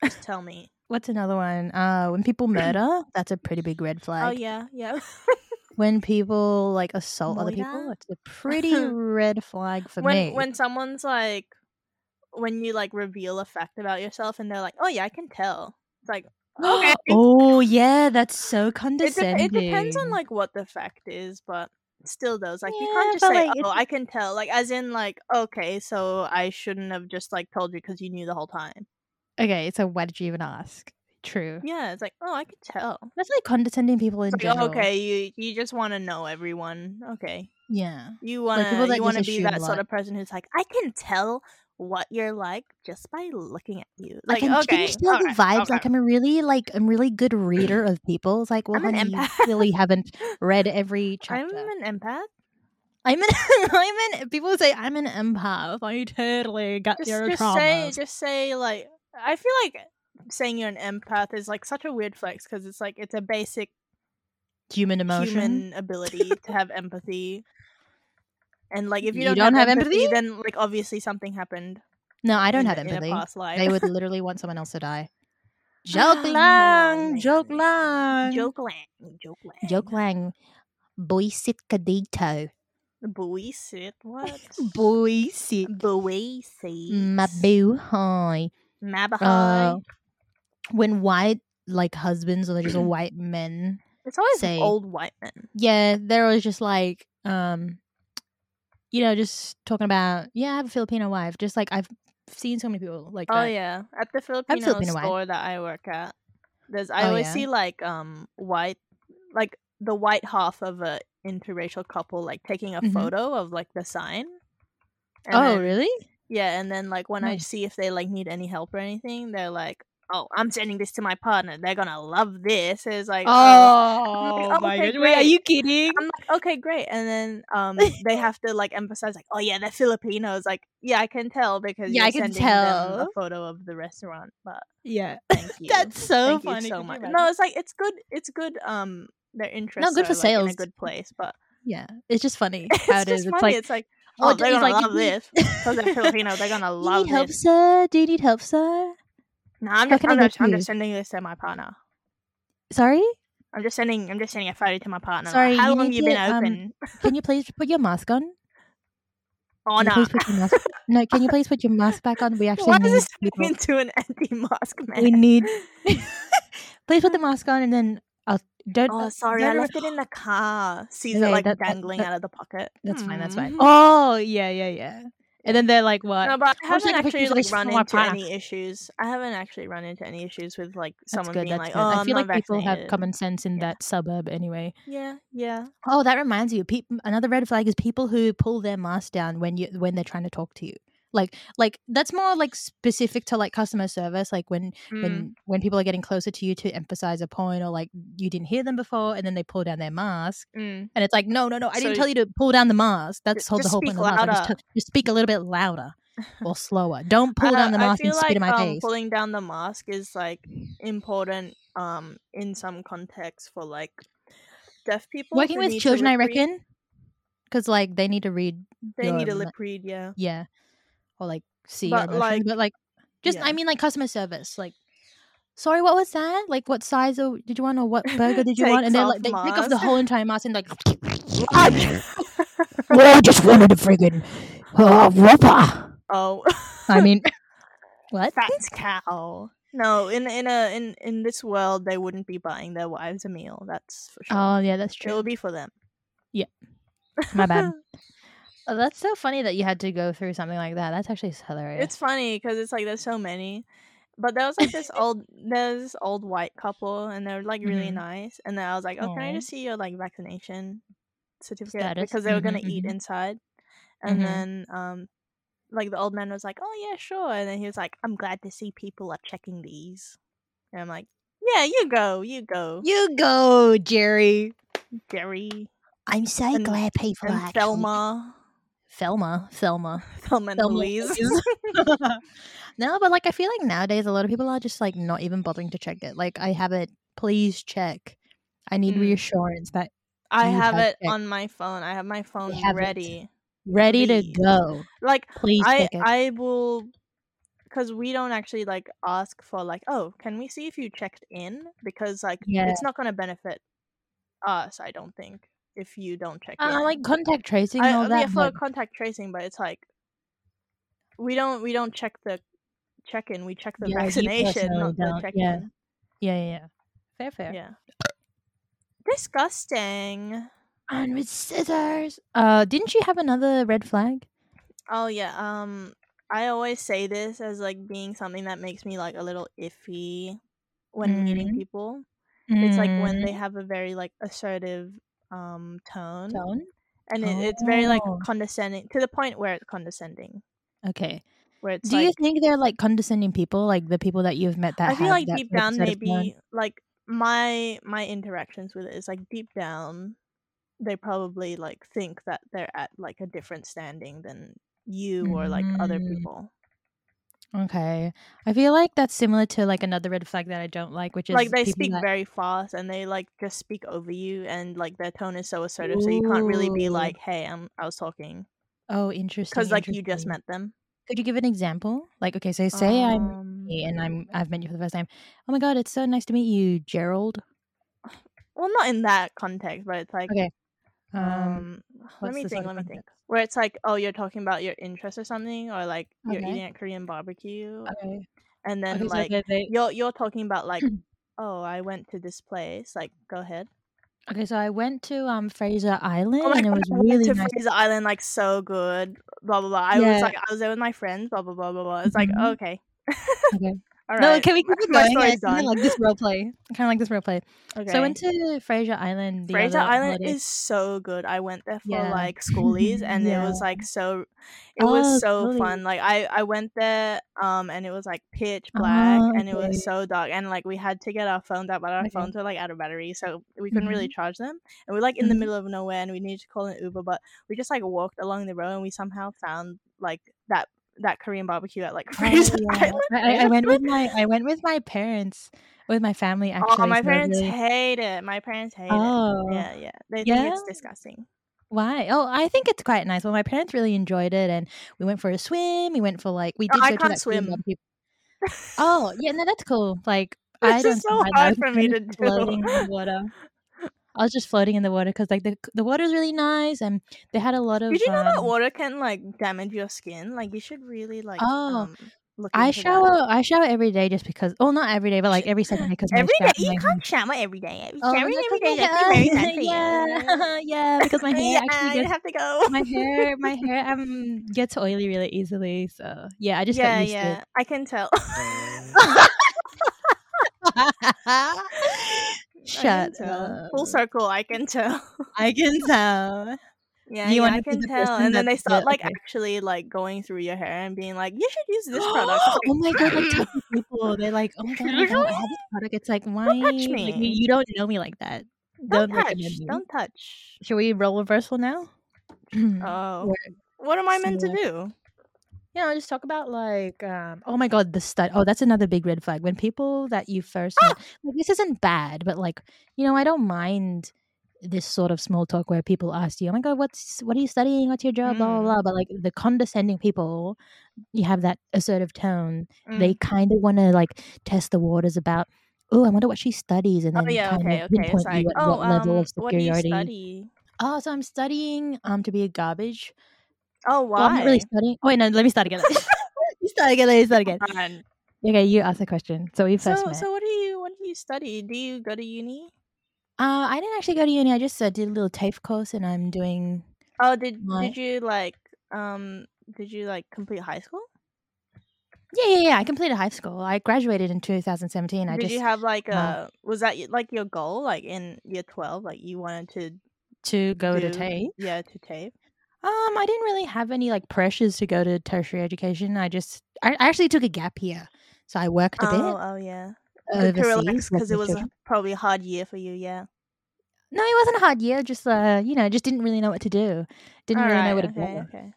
Just tell me.
What's another one? Uh, when people murder, that's a pretty big red flag.
oh yeah, yeah.
when people like assault other people,
Moira?
it's a pretty red flag for
when
me.
when someone's like when you like reveal a fact about yourself and they're like, "Oh yeah, I can tell." It's like okay.
oh yeah, that's so
it, dep-
condescending.
it depends on like what the fact is, but still those like you
Yeah,
can't just
but,
say,
like,
"Oh,
it's-
I can tell." Like as in like, "Okay, so I shouldn't have just like told you cuz you knew the whole time."
Okay, so why did you even ask? True.
Yeah, it's like, oh, I could tell.
That's like condescending people in
It's like, oh,
general.
okay, you you just want to know everyone. Okay,
Yeah.
you want to
people that
you want to
just
be
assume a
that sort
lot.
of person who's like, I can tell what you're like just by looking at you.
Like,
Like,
I can, can
okay,
you tell the
alright,
vibes?
okay.
Like I'm a really like I'm really good reader of people. It's like, well,
I'm an
honey, you
empath.
clearly haven't read every chapter.
I'm an empath.
I'm an I'm an people say I'm an empath. I totally got
Just,
your
just say,
traumas.
just say, like, I feel like saying you're an empath is like such a weird flex because it's like it's a basic
human emotion.
human ability to have empathy. And like, if you,
You don't have empathy?
then like obviously something happened.
No, I don't
in
have
a-
empathy.
In a past life.
They would literally want someone else to die. Joke
no,
lang,
my
joke
goodness.
lang,
Ah, Joke lang. Joke lang.
joke lang. Boysit kadito,
Boy sit. What?
boysit,
Boy sit.
mabu hi.
Mabahai.
Uh, when white like husbands or just white men,
it's always
say-
old white men.
yeah, there was just like, um, you know, just talking about yeah, I have a Filipino wife. Just like I've seen so many people like
Oh
that.
yeah, at the Filipino,
Filipino white.
store that I work at, there's I
Oh,
always
yeah?
see like um white, like the white half of a interracial couple like taking a
Mhm.
photo of like the sign. And
Oh,
then-
really?
Yeah, and then like when I
Nice.
see if they like need any help or anything, they're like, "Oh, I'm sending this to my partner. They're gonna love this." It's like,
Oh,
oh,
my
okay,
god! Wait, are
great.
you kidding?
I'm like, okay, great. And then um, they have to like emphasize, like, oh yeah, they're Filipinos. Like, yeah, I can tell because
Yeah,
you're
I can
sending them a
tell.
photo of the restaurant. But
Yeah,
thank you,
that's so
thank
funny.
you so
could you
much.
imagine?
No, it's like it's good. It's good. Um, their interests.
good
are,
for
like, in a
sales.
good place, but
Yeah, it's just funny
it's
how it is.
just funny.
It's like,
it's like,
oh,
oh,
d-
they're
he's
gonna
like,
love
you need-
this because they're Filipino. They're gonna
You
love
need help,
this.
sir? Do you need help, sir?
No, I'm
How
just,
can I
I'm,
help
just, I'm
you?
just sending this to my partner.
Sorry,
I'm just sending. I'm just sending a photo to my partner. like,
Sorry,
how
you
long
need
you been
to, um,
open?
can you please put your mask on?
Oh
Can you please
no.
put your mask? No, can you please put your mask back on? We actually
Why
need
does this
people.
mean to an anti-mask man?
We need. please put the mask on, and then I'll don't.
Oh,
uh,
sorry,
no,
I
no, no.
left it in the car. Sees
Okay,
it like
that- that-
dangling
that-
out of the pocket.
That's fine. That's fine.
Hmm.
Oh, yeah, yeah, yeah. And then they're like, "What?
No, but I
I'll just
haven't
take a picture
actually
so
like
it's
run
for my
into
partner.
any issues. I haven't actually run into any issues with like
that's
someone
good.
being
That's
like,
good.
"Oh,
I
I'm
feel
not
like people have
vaccinated."
common sense in
Yeah.
that suburb, anyway.
Yeah, yeah.
Oh, that reminds you. Peop another red flag is people who pull their mask down when you when they're trying to talk to you. Like like that's more like specific to like customer service. Like when
Mm.
when when people are getting closer to you to emphasize a point or like you didn't hear them before and then they pull down their mask
Mm.
and it's like no no no I didn't
So-
tell you to pull down the mask. That's whole, the
just
whole point of the
speak
mask. I Just,
louder.
t- just speak a little bit louder or slower. Don't pull
I-
down the
I
mask
feel
and spit
like
in my
um,
face.
pulling down the mask is like important um in some contexts for like deaf people
Working
who
with
need to
children, I
lip read-
reckon, because like they need to read
They
your
need a
ma-
lip read, yeah.
yeah or like see
But,
your emotions
like,
but like just i
yeah.
mean like customer service like sorry what was that like what size of, did you want or what burger did you want
Takes
and then
off
like they take off the
mask.
whole entire mask and like
Well, I just wanted a friggin' uh, whopper.
Oh,
i mean what
that's cow. No, in in a in in this world, they wouldn't be buying their wives a meal. That's for sure.
oh yeah that's
it
true
will be for them.
Yeah. My bad. oh, that's so funny that you had to go through something like that that's actually hilarious
It's funny because it's like there's so many, but there was like this old there's this old white couple and they're like really
Mhm.
nice. And then I was like, oh, can I
Aw.
just see your like vaccination certificate
Status?
because they were
Mhm,
gonna eat
mhm.
inside. And
Mhm.
then um, like the old man was like, oh yeah, sure. And then he was like, I'm glad to see people are checking these. And I'm like, yeah, you go, you go,
you go jerry
Jerry
I'm so
And-
glad
Oh,
people
and
are actually-
Thelma,
thelma thelma
Thelma and
Thelma
Louise.
is- no, but like I feel like nowadays a lot of people are just like not even bothering to check it. Like I have it, please check. I need
Mm.
reassurance that
I
You
have
have
it
checked.
on my phone. I have my phone
have it.
ready.
ready
Please.
to go.
Like
Please
I
check it.
I will because we don't actually like ask for like oh can we see if you checked in because like
Yeah.
it's not going to benefit us I don't think if you don't check
Uh,
in.
like contact tracing
I,
and all
yeah,
that.
for
but
contact tracing, but it's like we don't we don't check the check in. We check the
Yeah, you
vaccination,
personally
not the
don't,
check
yeah.
in.
yeah, yeah, yeah. Fair, fair.
yeah. Disgusting.
And with scissors. Uh, didn't you have another red flag?
Oh yeah. Um, I always say this as like being something that makes me like a little iffy when meeting
Mhm.
people. It's like when
Mm-hmm.
they have a very like assertive um tone,
tone.
and it, it's very like
Oh.
condescending to the point where it's condescending.
Okay.
Where it's
Do
like
you think they're like condescending people, like the people that you've met that
I feel
have
like
that
deep
sort of
down
set of
maybe
tone?
like my my interactions with it is like deep down they probably like think that they're at like a different standing than you or like other
Mm.
people.
Okay. I feel like that's similar to like another red flag that I don't like, which is
like they
people
speak
that-
very fast and they like just speak over you and like their tone is so assertive so you can't really be
Ooh.
like hey I'm I was talking
oh, interesting.
because like you just
interesting.
met them.
Could you give an example? Like, okay, so say I'm
Um,
me and I'm I've met you for the first time. Oh my god, it's so nice to meet you, Gerald.
well not in that context but it's like
Okay. Um,
um let
what's
me
the
think
sort
let
of
me think
context?
where it's like oh you're talking about your interest or something or like you're
Okay.
eating at korean barbecue
Okay.
and then
okay, so
like
they, they-
you're you're talking about like oh i went to this place like go ahead
okay, so I went to um Fraser Island
oh my
and it
God,
was
I went
really
to
nice.
Fraser island like so good blah blah blah i
Yeah.
was like i was there with my friends blah blah blah blah blah it's like
Mhm.
okay
Okay.
all right
No, can we keep it
my
going? I kind
story's done.
of like this role play. I kind of like this role play.
okay
So I went to Fraser Island. The
Fraser
other
Island
holiday.
is so good. I went there for
Yeah.
like schoolies and
Yeah.
it was like so it was
Oh,
so
schoolies.
fun. Like I I went there um and it was like pitch black
Ah,
and it
okay.
was so dark and like we had to get our phones out but our
Okay. Mm-hmm.
phones were like out of battery so we couldn't really charge them. And we're like in
Mhm.
the middle of nowhere and we needed to call an Uber but we just like walked along the road and we somehow found like that that Korean barbecue at like
Oh,
Fraser
yeah.
Island.
I, I- I went with
actually.
my I went with my parents with my family actually.
oh my
so it
parents
really-
hate it. My parents hate
Oh
it. Yeah, yeah. They think it's
Yeah?
disgusting.
why? Oh, I think it's quite nice. Well, my parents really enjoyed it, and we went for a swim. We went for like we did
No, Oh, I
go to
can't
that Korean
swim.
barbecue. Oh yeah, no, that's cool. Like I
It's
don't
just
see
so
why I
hard
was
for
just
me
kind
to
of
do.
floating in the water. I was just floating in the water because like the the water's really nice, and they had a lot of.
Did you know that
um,
water can like damage your skin? Like you should really like
Oh,
um look
I
into
shower. I shower every day just because. Well, not every day, but like every second day because my
that. Every day
scalp. my
you can't shower every day.
Oh,
Showering
no, 'cause
every day is
my
actually very
hair-
bad for you.
yeah, yeah, because my hair
yeah,
actually
you
gets
have to go.
my hair, my hair um gets oily really easily. So yeah, I just
yeah,
got used to it.
yeah, I can tell. I
Shut
can tell.
up!
Full circle, I can tell.
I can tell.
Yeah,
You
yeah
wanna
I
be
can
the
tell.
person
And then
that
they
the-
start like
okay.
actually like going through your hair and being like, you should use this product. It's
oh my god! Like
like,
touching people, they're like, "Oh my god, oh my god, I have this product." It's like, why?
touch
Like you,
me.
you don't know me like that.
don't
Don't
touch.
recommend me.
Don't touch.
Should we roll reversal now?
Oh.
Mm-hmm. Where-
What am I meant to
So-
do?
you know, just talk about like, um, oh my god, the stud. Oh, that's another big red flag. When people that you first
Ah!
met, like, this isn't bad, but like, you know, I don't mind this sort of small talk where people ask you, oh my god, what's what are you studying? What's your job?
Mm.
Blah blah blah. But like the condescending people, you have that assertive tone. They
Mm.
kind of want to like test the waters about. Oh, I wonder what she studies, and
Oh
then
yeah,
kind of
okay, okay. It's
pinpoint
like,
you um, at
oh,
what level
um,
of
what do you
superiority.
study?
Oh, so I'm studying um to be a garbage
Oh,
well, I'm not really
why?
studying. Oh, wait, no, let me start again. you start again, let me start again.
Man.
Okay, you ask the question. So we first
So,
met.
so what do you what do you study? Do you go to uni?
uh, I didn't actually go to uni. I just uh, did a little TAFE course and I'm doing.
Oh, did
My-
did you like um did you like complete high school?
Yeah, yeah, yeah. I completed high school. I graduated in 2017. I
did
just.
you have like
uh,
a was that y- like your goal like in year twelve? Like you wanted to
to go to
do-
TAFE?
Yeah, to tape.
Um, I didn't really have any like pressures to go to tertiary education. I just. I, I actually took a gap year. So I worked a
Oh, oh yeah.
bit
Good to
overseas.
relax because it
working with
was
children.
a, probably a hard year for you. Yeah.
No, it wasn't a hard year. Just, uh, you know, just didn't really know what to do. Didn't
All
really know where to
right. Okay.
go.
Okay.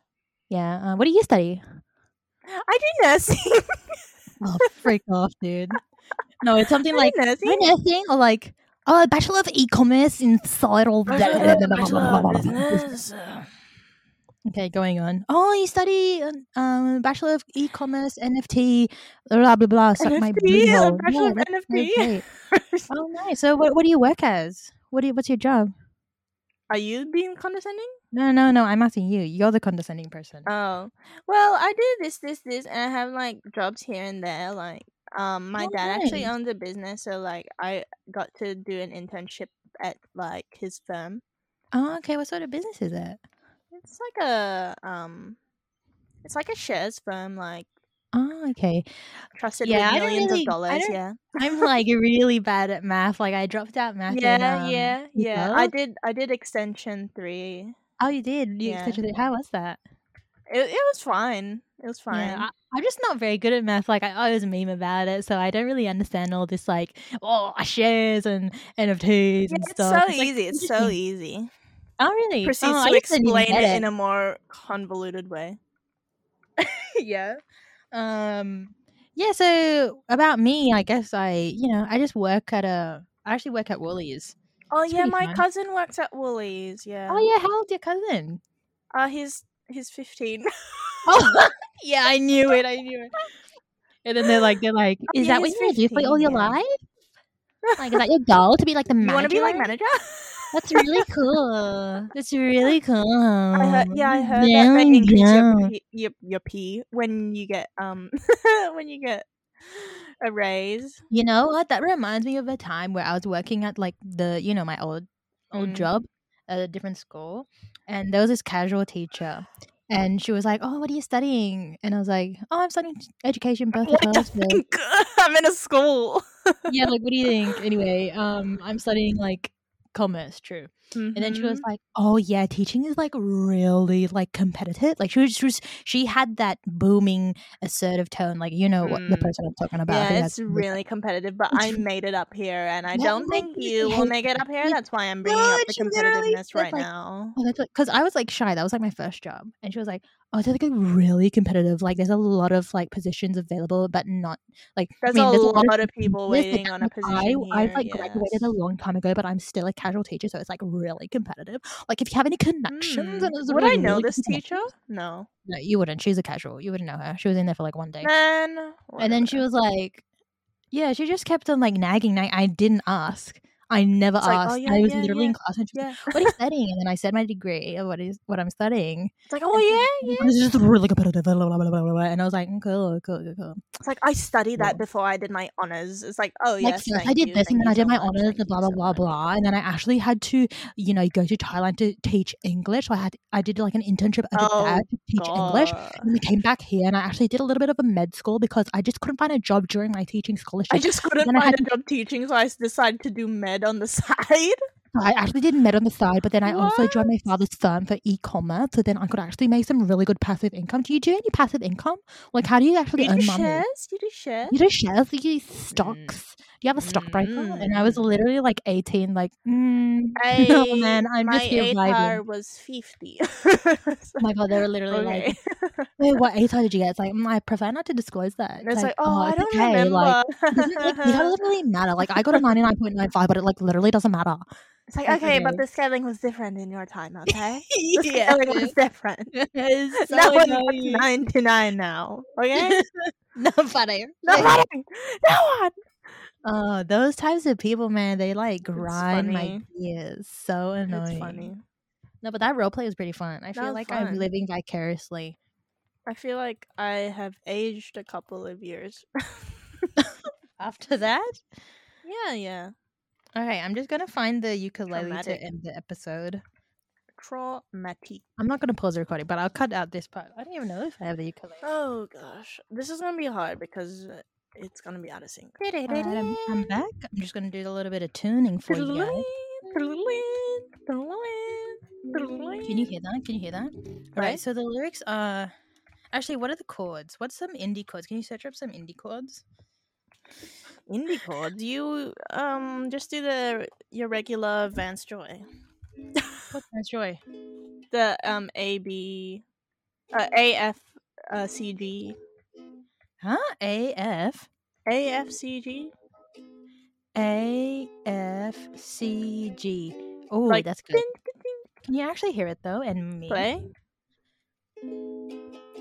Yeah. Uh, what do you study?
I do nursing.
Oh, freak off, dude. No, it's something
I
like
do nursing.
my nursing or like oh, Bachelor of E-commerce in societal. okay, going on. Oh, you study um, um, Bachelor of E-commerce, NFT, blah blah blah. Suck my
NFT,
blue
uh,
hole.
Bachelor of
that's so
NFT.
great. Oh, nice. So, what what do you work as? What do you, what's your job?
Are you being condescending?
No, no, no. I'm asking you. You're the condescending person.
Oh, well, I do this, this, this, and I have like jobs here and there. Like, um, my
Oh,
dad actually
nice.
owns a business, so like I got to do an internship at like his firm.
Oh, okay. What sort of business is it?
It's like a um It's like a shares firm, like
Oh, okay.
trusted
Yeah, I
with
don't
millions
really- I
of dollars.
don't-
Yeah,
I'm like really bad at math. Like I dropped out math. in,
yeah,
um,
yeah,
year
yeah. I
12.
did. I did extension three.
Oh, you did. You
Yeah.
extension. How was that?
It, it was fine. It was fine.
Yeah, I, I'm just not very good at math. Like I always meme about it, so I don't really understand all this like oh shares and NFTs
Yeah,
and
it's
stuff.
so
like,
easy.
just
It's so
need-
easy.
Oh really?
Proceeds
oh, I
to
guess I didn't
explain
get
it in a more convoluted way.
yeah. Um yeah, so about me, I guess I, you know, I just work at a I actually work at Woolies.
Oh
It's
yeah,
pretty
my
fun.
cousin works at Woolies. Yeah.
Oh yeah, how old's your cousin?
Uh, he's he's fifteen.
Oh yeah, I knew it. I knew it. And then they're like they're like,
Oh,
is
yeah,
that what
he's
you're gonna do for like, all
15,
your
yeah.
life? Like, is that your goal to be like the
you
manager?
want to be like manager?
That's really cool. That's really cool.
I heard, yeah, I heard that they increase your, P, your your P when you get um when you get a raise.
You know what? That reminds me of a time where I was working at like the you know my old old
Mm.
job at a different school, and there was this casual teacher, and she was like, "Oh, what are you studying?" And I was like, "Oh, I'm studying education, birth and
What the
childhood."
I'm in a school.
yeah, like what do you think? Anyway, um, I'm studying like commerce. True. And then she was
Mhm.
like, "Oh yeah, teaching is like really like competitive." Like she was, she was she had that booming assertive tone, like you know what the
Mm.
person I'm talking about. I think
yeah, it's
that's-
really competitive, but I made it up here, and I
Yeah,
don't
like,
think
you
you will
hate
make it up here.
it.
That's why I'm bringing
No,
up the
she literally
competitiveness
said,
right
like-
now.
Oh, that's because I was like shy. That was like my first job, and she was like, "Oh, they're like really competitive. Like, there's a lot of like positions available, but not like
There's a lot of people
positions.
waiting on a
I
position
I
here,
like graduated
yes.
a long time ago, but I'm still a casual teacher, so it's like really competitive. Like, if you have any connections,
Hmm.
and it's
Would I
really,
know
really
this
good
teacher?
connections-
No.
No, you wouldn't. She's a casual. You wouldn't know her. She was in there for like one day.
Then.
And then she
whatever.
was like, "Yeah." She just kept on like nagging. Like, I didn't ask. I never
It's like, "Oh,
asked.
yeah,
I was
yeah,
literally
yeah,
in class, and she was
Yeah.
like, "What are you studying?" And then I said my degree of what is what I'm studying.
It's like, oh yeah, yeah.
This is really competitive. Blah, blah, blah, blah, blah, blah. And I was like, "Mm, cool, cool, cool, cool.
It's like I studied that
Yeah.
before I did my honors. It's like, oh
like
yes,
yes, I
thank
did
you,
this,
thank
and then
you
I did
so
my
much,
honors,
thank
and blah
you
blah
so
blah
much.
blah. And then I actually had to, you know, go to Thailand to teach English. So I had I did like an internship. I did
Oh
that to teach English.
God.
And then I came back here, and I actually did a little bit of a med school because I just couldn't find a job during my teaching scholarship.
I just couldn't
then I
find
had
a job teaching, so I s- decided to do med on the side.
So I actually did med on the side, but then I also joined my
What?
father's firm for e-commerce. So then I could actually make some really good passive income. Do you do any passive income? Like, how do you actually
You
earn
do
money?
shares? You do shares?
You do shares? You do stocks? Do you have a stockbroker? And I was
Mm.
literally like eighteen, like, mm, no
I-
man, I'm
my
just here vibing.
ATAR was fifty.
Oh my god, they were literally like,
okay.
"Wait, what ATAR did you get?" It's like, mm, I prefer not to disclose that.
And it's like, oh, I
it's
don't
okay,
remember.
Like, it doesn't, like, it doesn't really matter. Like, I got a ninety nine point nine five, but it like literally doesn't matter.
it's like,
like,
okay, but
okay.
the scaling was different in your time, okay? The
yeah,
scaling was different.
it's so
no one wants
annoying.
99 now. Okay?
Nobody.
no one! No one!
Oh, those types of people, man, they like grind my
funny.
gears. So annoying.
It's funny.
No, but that role play was pretty fun. I
That
feel
was
like I'm
fun.
living vicariously.
I feel like I have aged a couple of years.
After that,
yeah, yeah.
okay, I'm just gonna find the ukulele
Traumatic.
to end the episode.
Traumatic.
I'm not gonna pause the recording, but I'll cut out this part. I don't even know if I have the ukulele.
Oh gosh. This is gonna be hard because it's gonna be out of sync.
Alright, I'm, Um, I'm back. I'm just gonna do a little bit of tuning for you guys. Can you hear that? Can you hear that? All right.
Right?
So the lyrics are actually what are the chords? What's some indie chords? Can you search up some indie chords?
Indie chords. You um just do the your regular Vance Joy.
What's my joy?
the um A B uh, A F uh, C G
Huh? A F
A F C G
A F C G. Oh,
like
that's good.
ding, ding, ding,
Can you actually hear it though? And me.
play.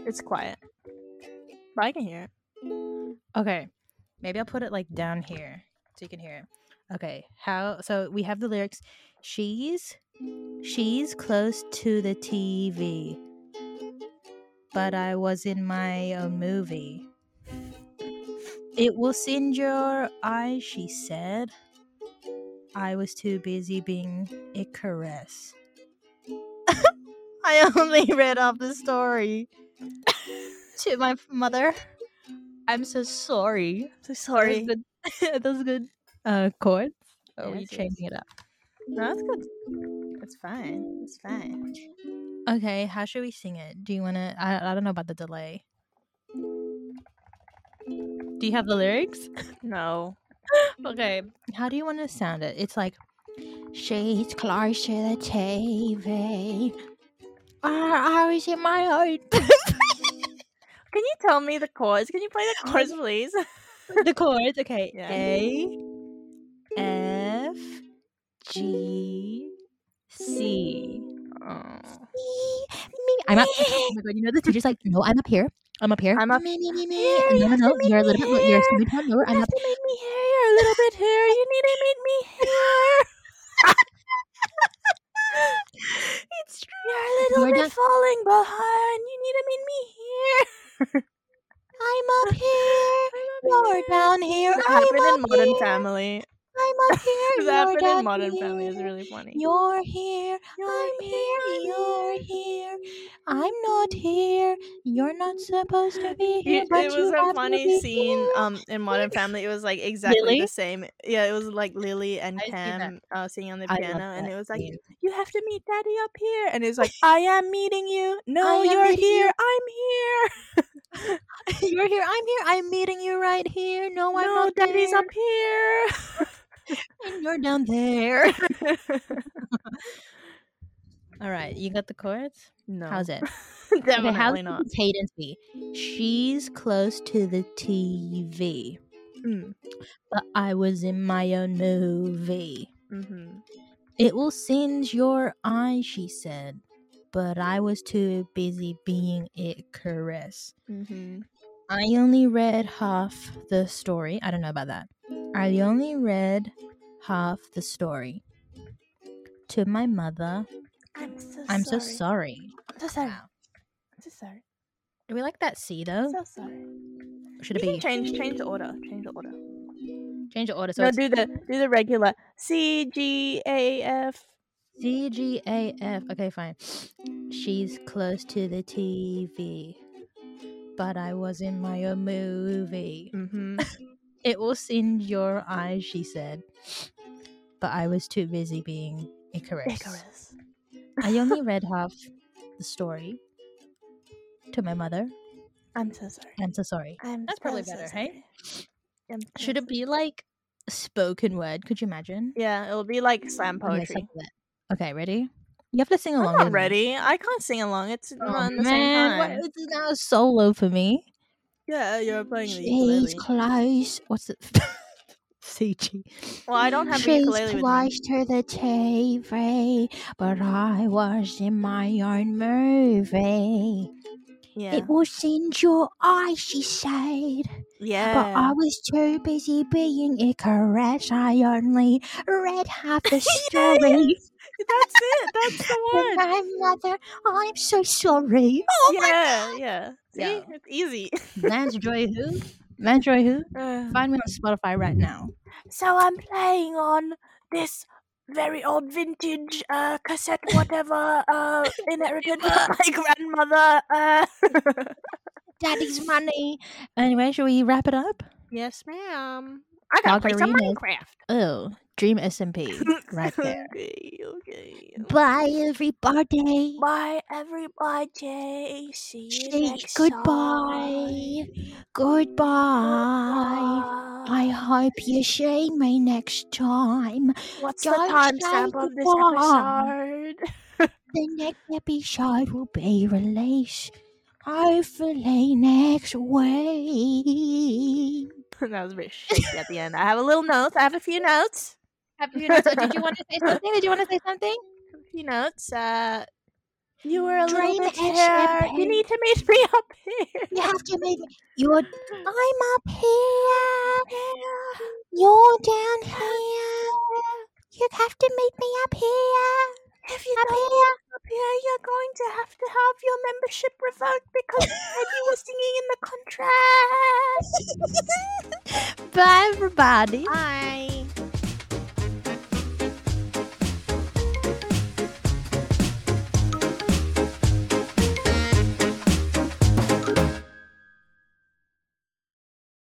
It's quiet, but I can hear it.
Okay. Maybe I'll put it like down here so you can hear it. Okay. How so we have the lyrics. She's she's close to the TV. But I was in my own movie. It will send your eye, she said. I was too busy being Icarus. I only read off the story. to my f- mother. I'm so sorry.
so
Those
sorry.
good, those good uh, chords. Oh, we're
Yes, yes.
changing it up.
No, that's good. It's fine. It's fine.
Okay, how should we sing it? Do you want to? I, I don't know about the delay. Do you have the lyrics?
No.
Okay. How do you want to sound it? It's like, she's close to the TV. I, I was in my own.
Can you tell me the chords? Can you play the chords, please?
the chords. Okay.
Yeah.
A, F, G, C. Me, me, I'm up. Oh my god! You know the teacher's like, no, I'm up here. I'm up here.
I'm up-
Me, me, me, me.
Here,
And
you
No, no,
have to
no.
meet
You're a
me
little bit. lo- You're a
here.
little bit lower. I'm up.
to make me hair a little bit hair. You need to make me hair. it's true. You're a little
You're
bit
just-
falling behind. You need to make me hair.
I'm up here. You're down here.
That
I'm
happened in
up
Modern
here.
Family.
I'm up here.
That
You're
happened in
down
Modern Family. It's
here.
really funny.
You're here. I'm here. You're here. I'm not here. You're not supposed to be here.
It,
but
it
you
was
have
a
to
funny
be
scene
here.
um in Modern Family. It was like exactly
Lily?
the same. Yeah, it was like Lily and
I see that.
Cam uh, singing on the
I love
piano, and
that
it was like,
scene.
"You have to meet Daddy up here," and it was like, "I am meeting you. No,
I am
you're
meeting you.
here. I'm here.
You're here. I'm here. I'm meeting you right here. No, I'm
no,
not
Daddy's
there.
up here."
And you're down there. All right, you got the chords.
no,
How's it?
Definitely
okay, how's
not.
the cadence be? She's close to the TV,
Mm,
but I was in my own movie.
hmm
It will singe your eye, she said, but I was too busy being it caress.
hmm
I only read half the story. I don't know about that. I only read half the story. To my mother,
I'm so
I'm
sorry. Oh.
so sorry.
I'm so sorry.
Wow.
I'm so sorry.
Do we like that C
I'm
though?
so sorry.
Should it
You
be
can change change the order. Change the order.
change the order? So
no,
it's
do the do the regular C G A F.
C G A F. Okay, fine. She's close to the TV, but I was in my own movie.
Mm-hmm.
It will singe your eyes, she said. But I was too busy being Icarus.
Icarus.
I only read half the story to my mother.
I'm so sorry.
I'm so sorry.
I'm
That's probably
so
better,
sorry.
hey?
I'm so
Should it
sorry.
be like spoken word? Could you imagine?
Yeah, it'll be
Oh,
like slam
Okay,
poetry.
something like that. Okay, ready? You have to sing
I'm
along.
not
with me.
ready. I can't sing along. It's
Oh,
not in the
man,
same
what-
time.
it's not a solo for me.
Yeah, you're playing the
She's
ukulele.
close. What's it? CG.
Well, I don't have a
She's
ukulele with me.
close to the TV, but I was in my own movie.
Yeah,
It was in your eye, she said. But I
yeah.
was too busy being Icarus. I only read half the
Yeah,
story.
yeah. That's it. That's the
To
one.
my mother, I'm so sorry. Oh my
yeah, yeah. See,
Yeah.
it's easy.
Lance Joy who? Lance Joy who?
Uh,
Find me on Spotify right now.
So I'm playing on this very old vintage uh, cassette, whatever, uh, inherited from my grandmother. Uh.
daddy's money.
Anyway, should we wrap it up?
yes, ma'am. I gotta play some
Margaritas.
Minecraft.
Oh, Dream SMP, right there.
okay, okay.
Bye, everybody.
Bye, everybody. See you
Say
next
goodbye. Goodbye.
time.
I hope you see me next time.
What's the
don't
timestamp
say
of this
goodbye.
episode?
The next episode will be released hopefully next week.
that was a bit shaky at the end. I have a little note. I have a few notes.
Happy New Year. So did you want to say something? Did you want to say something?
you know, it's uh, you were a
Dream
little bit
is
here.
champagne.
You need to meet me up here.
You have to make your. I'm up here. You're down here. You have to meet me up here.
If you
Up
don't
here.
up here, you're going to have to have your membership revoked because you said you were singing in the contract.
Bye, everybody.
Bye.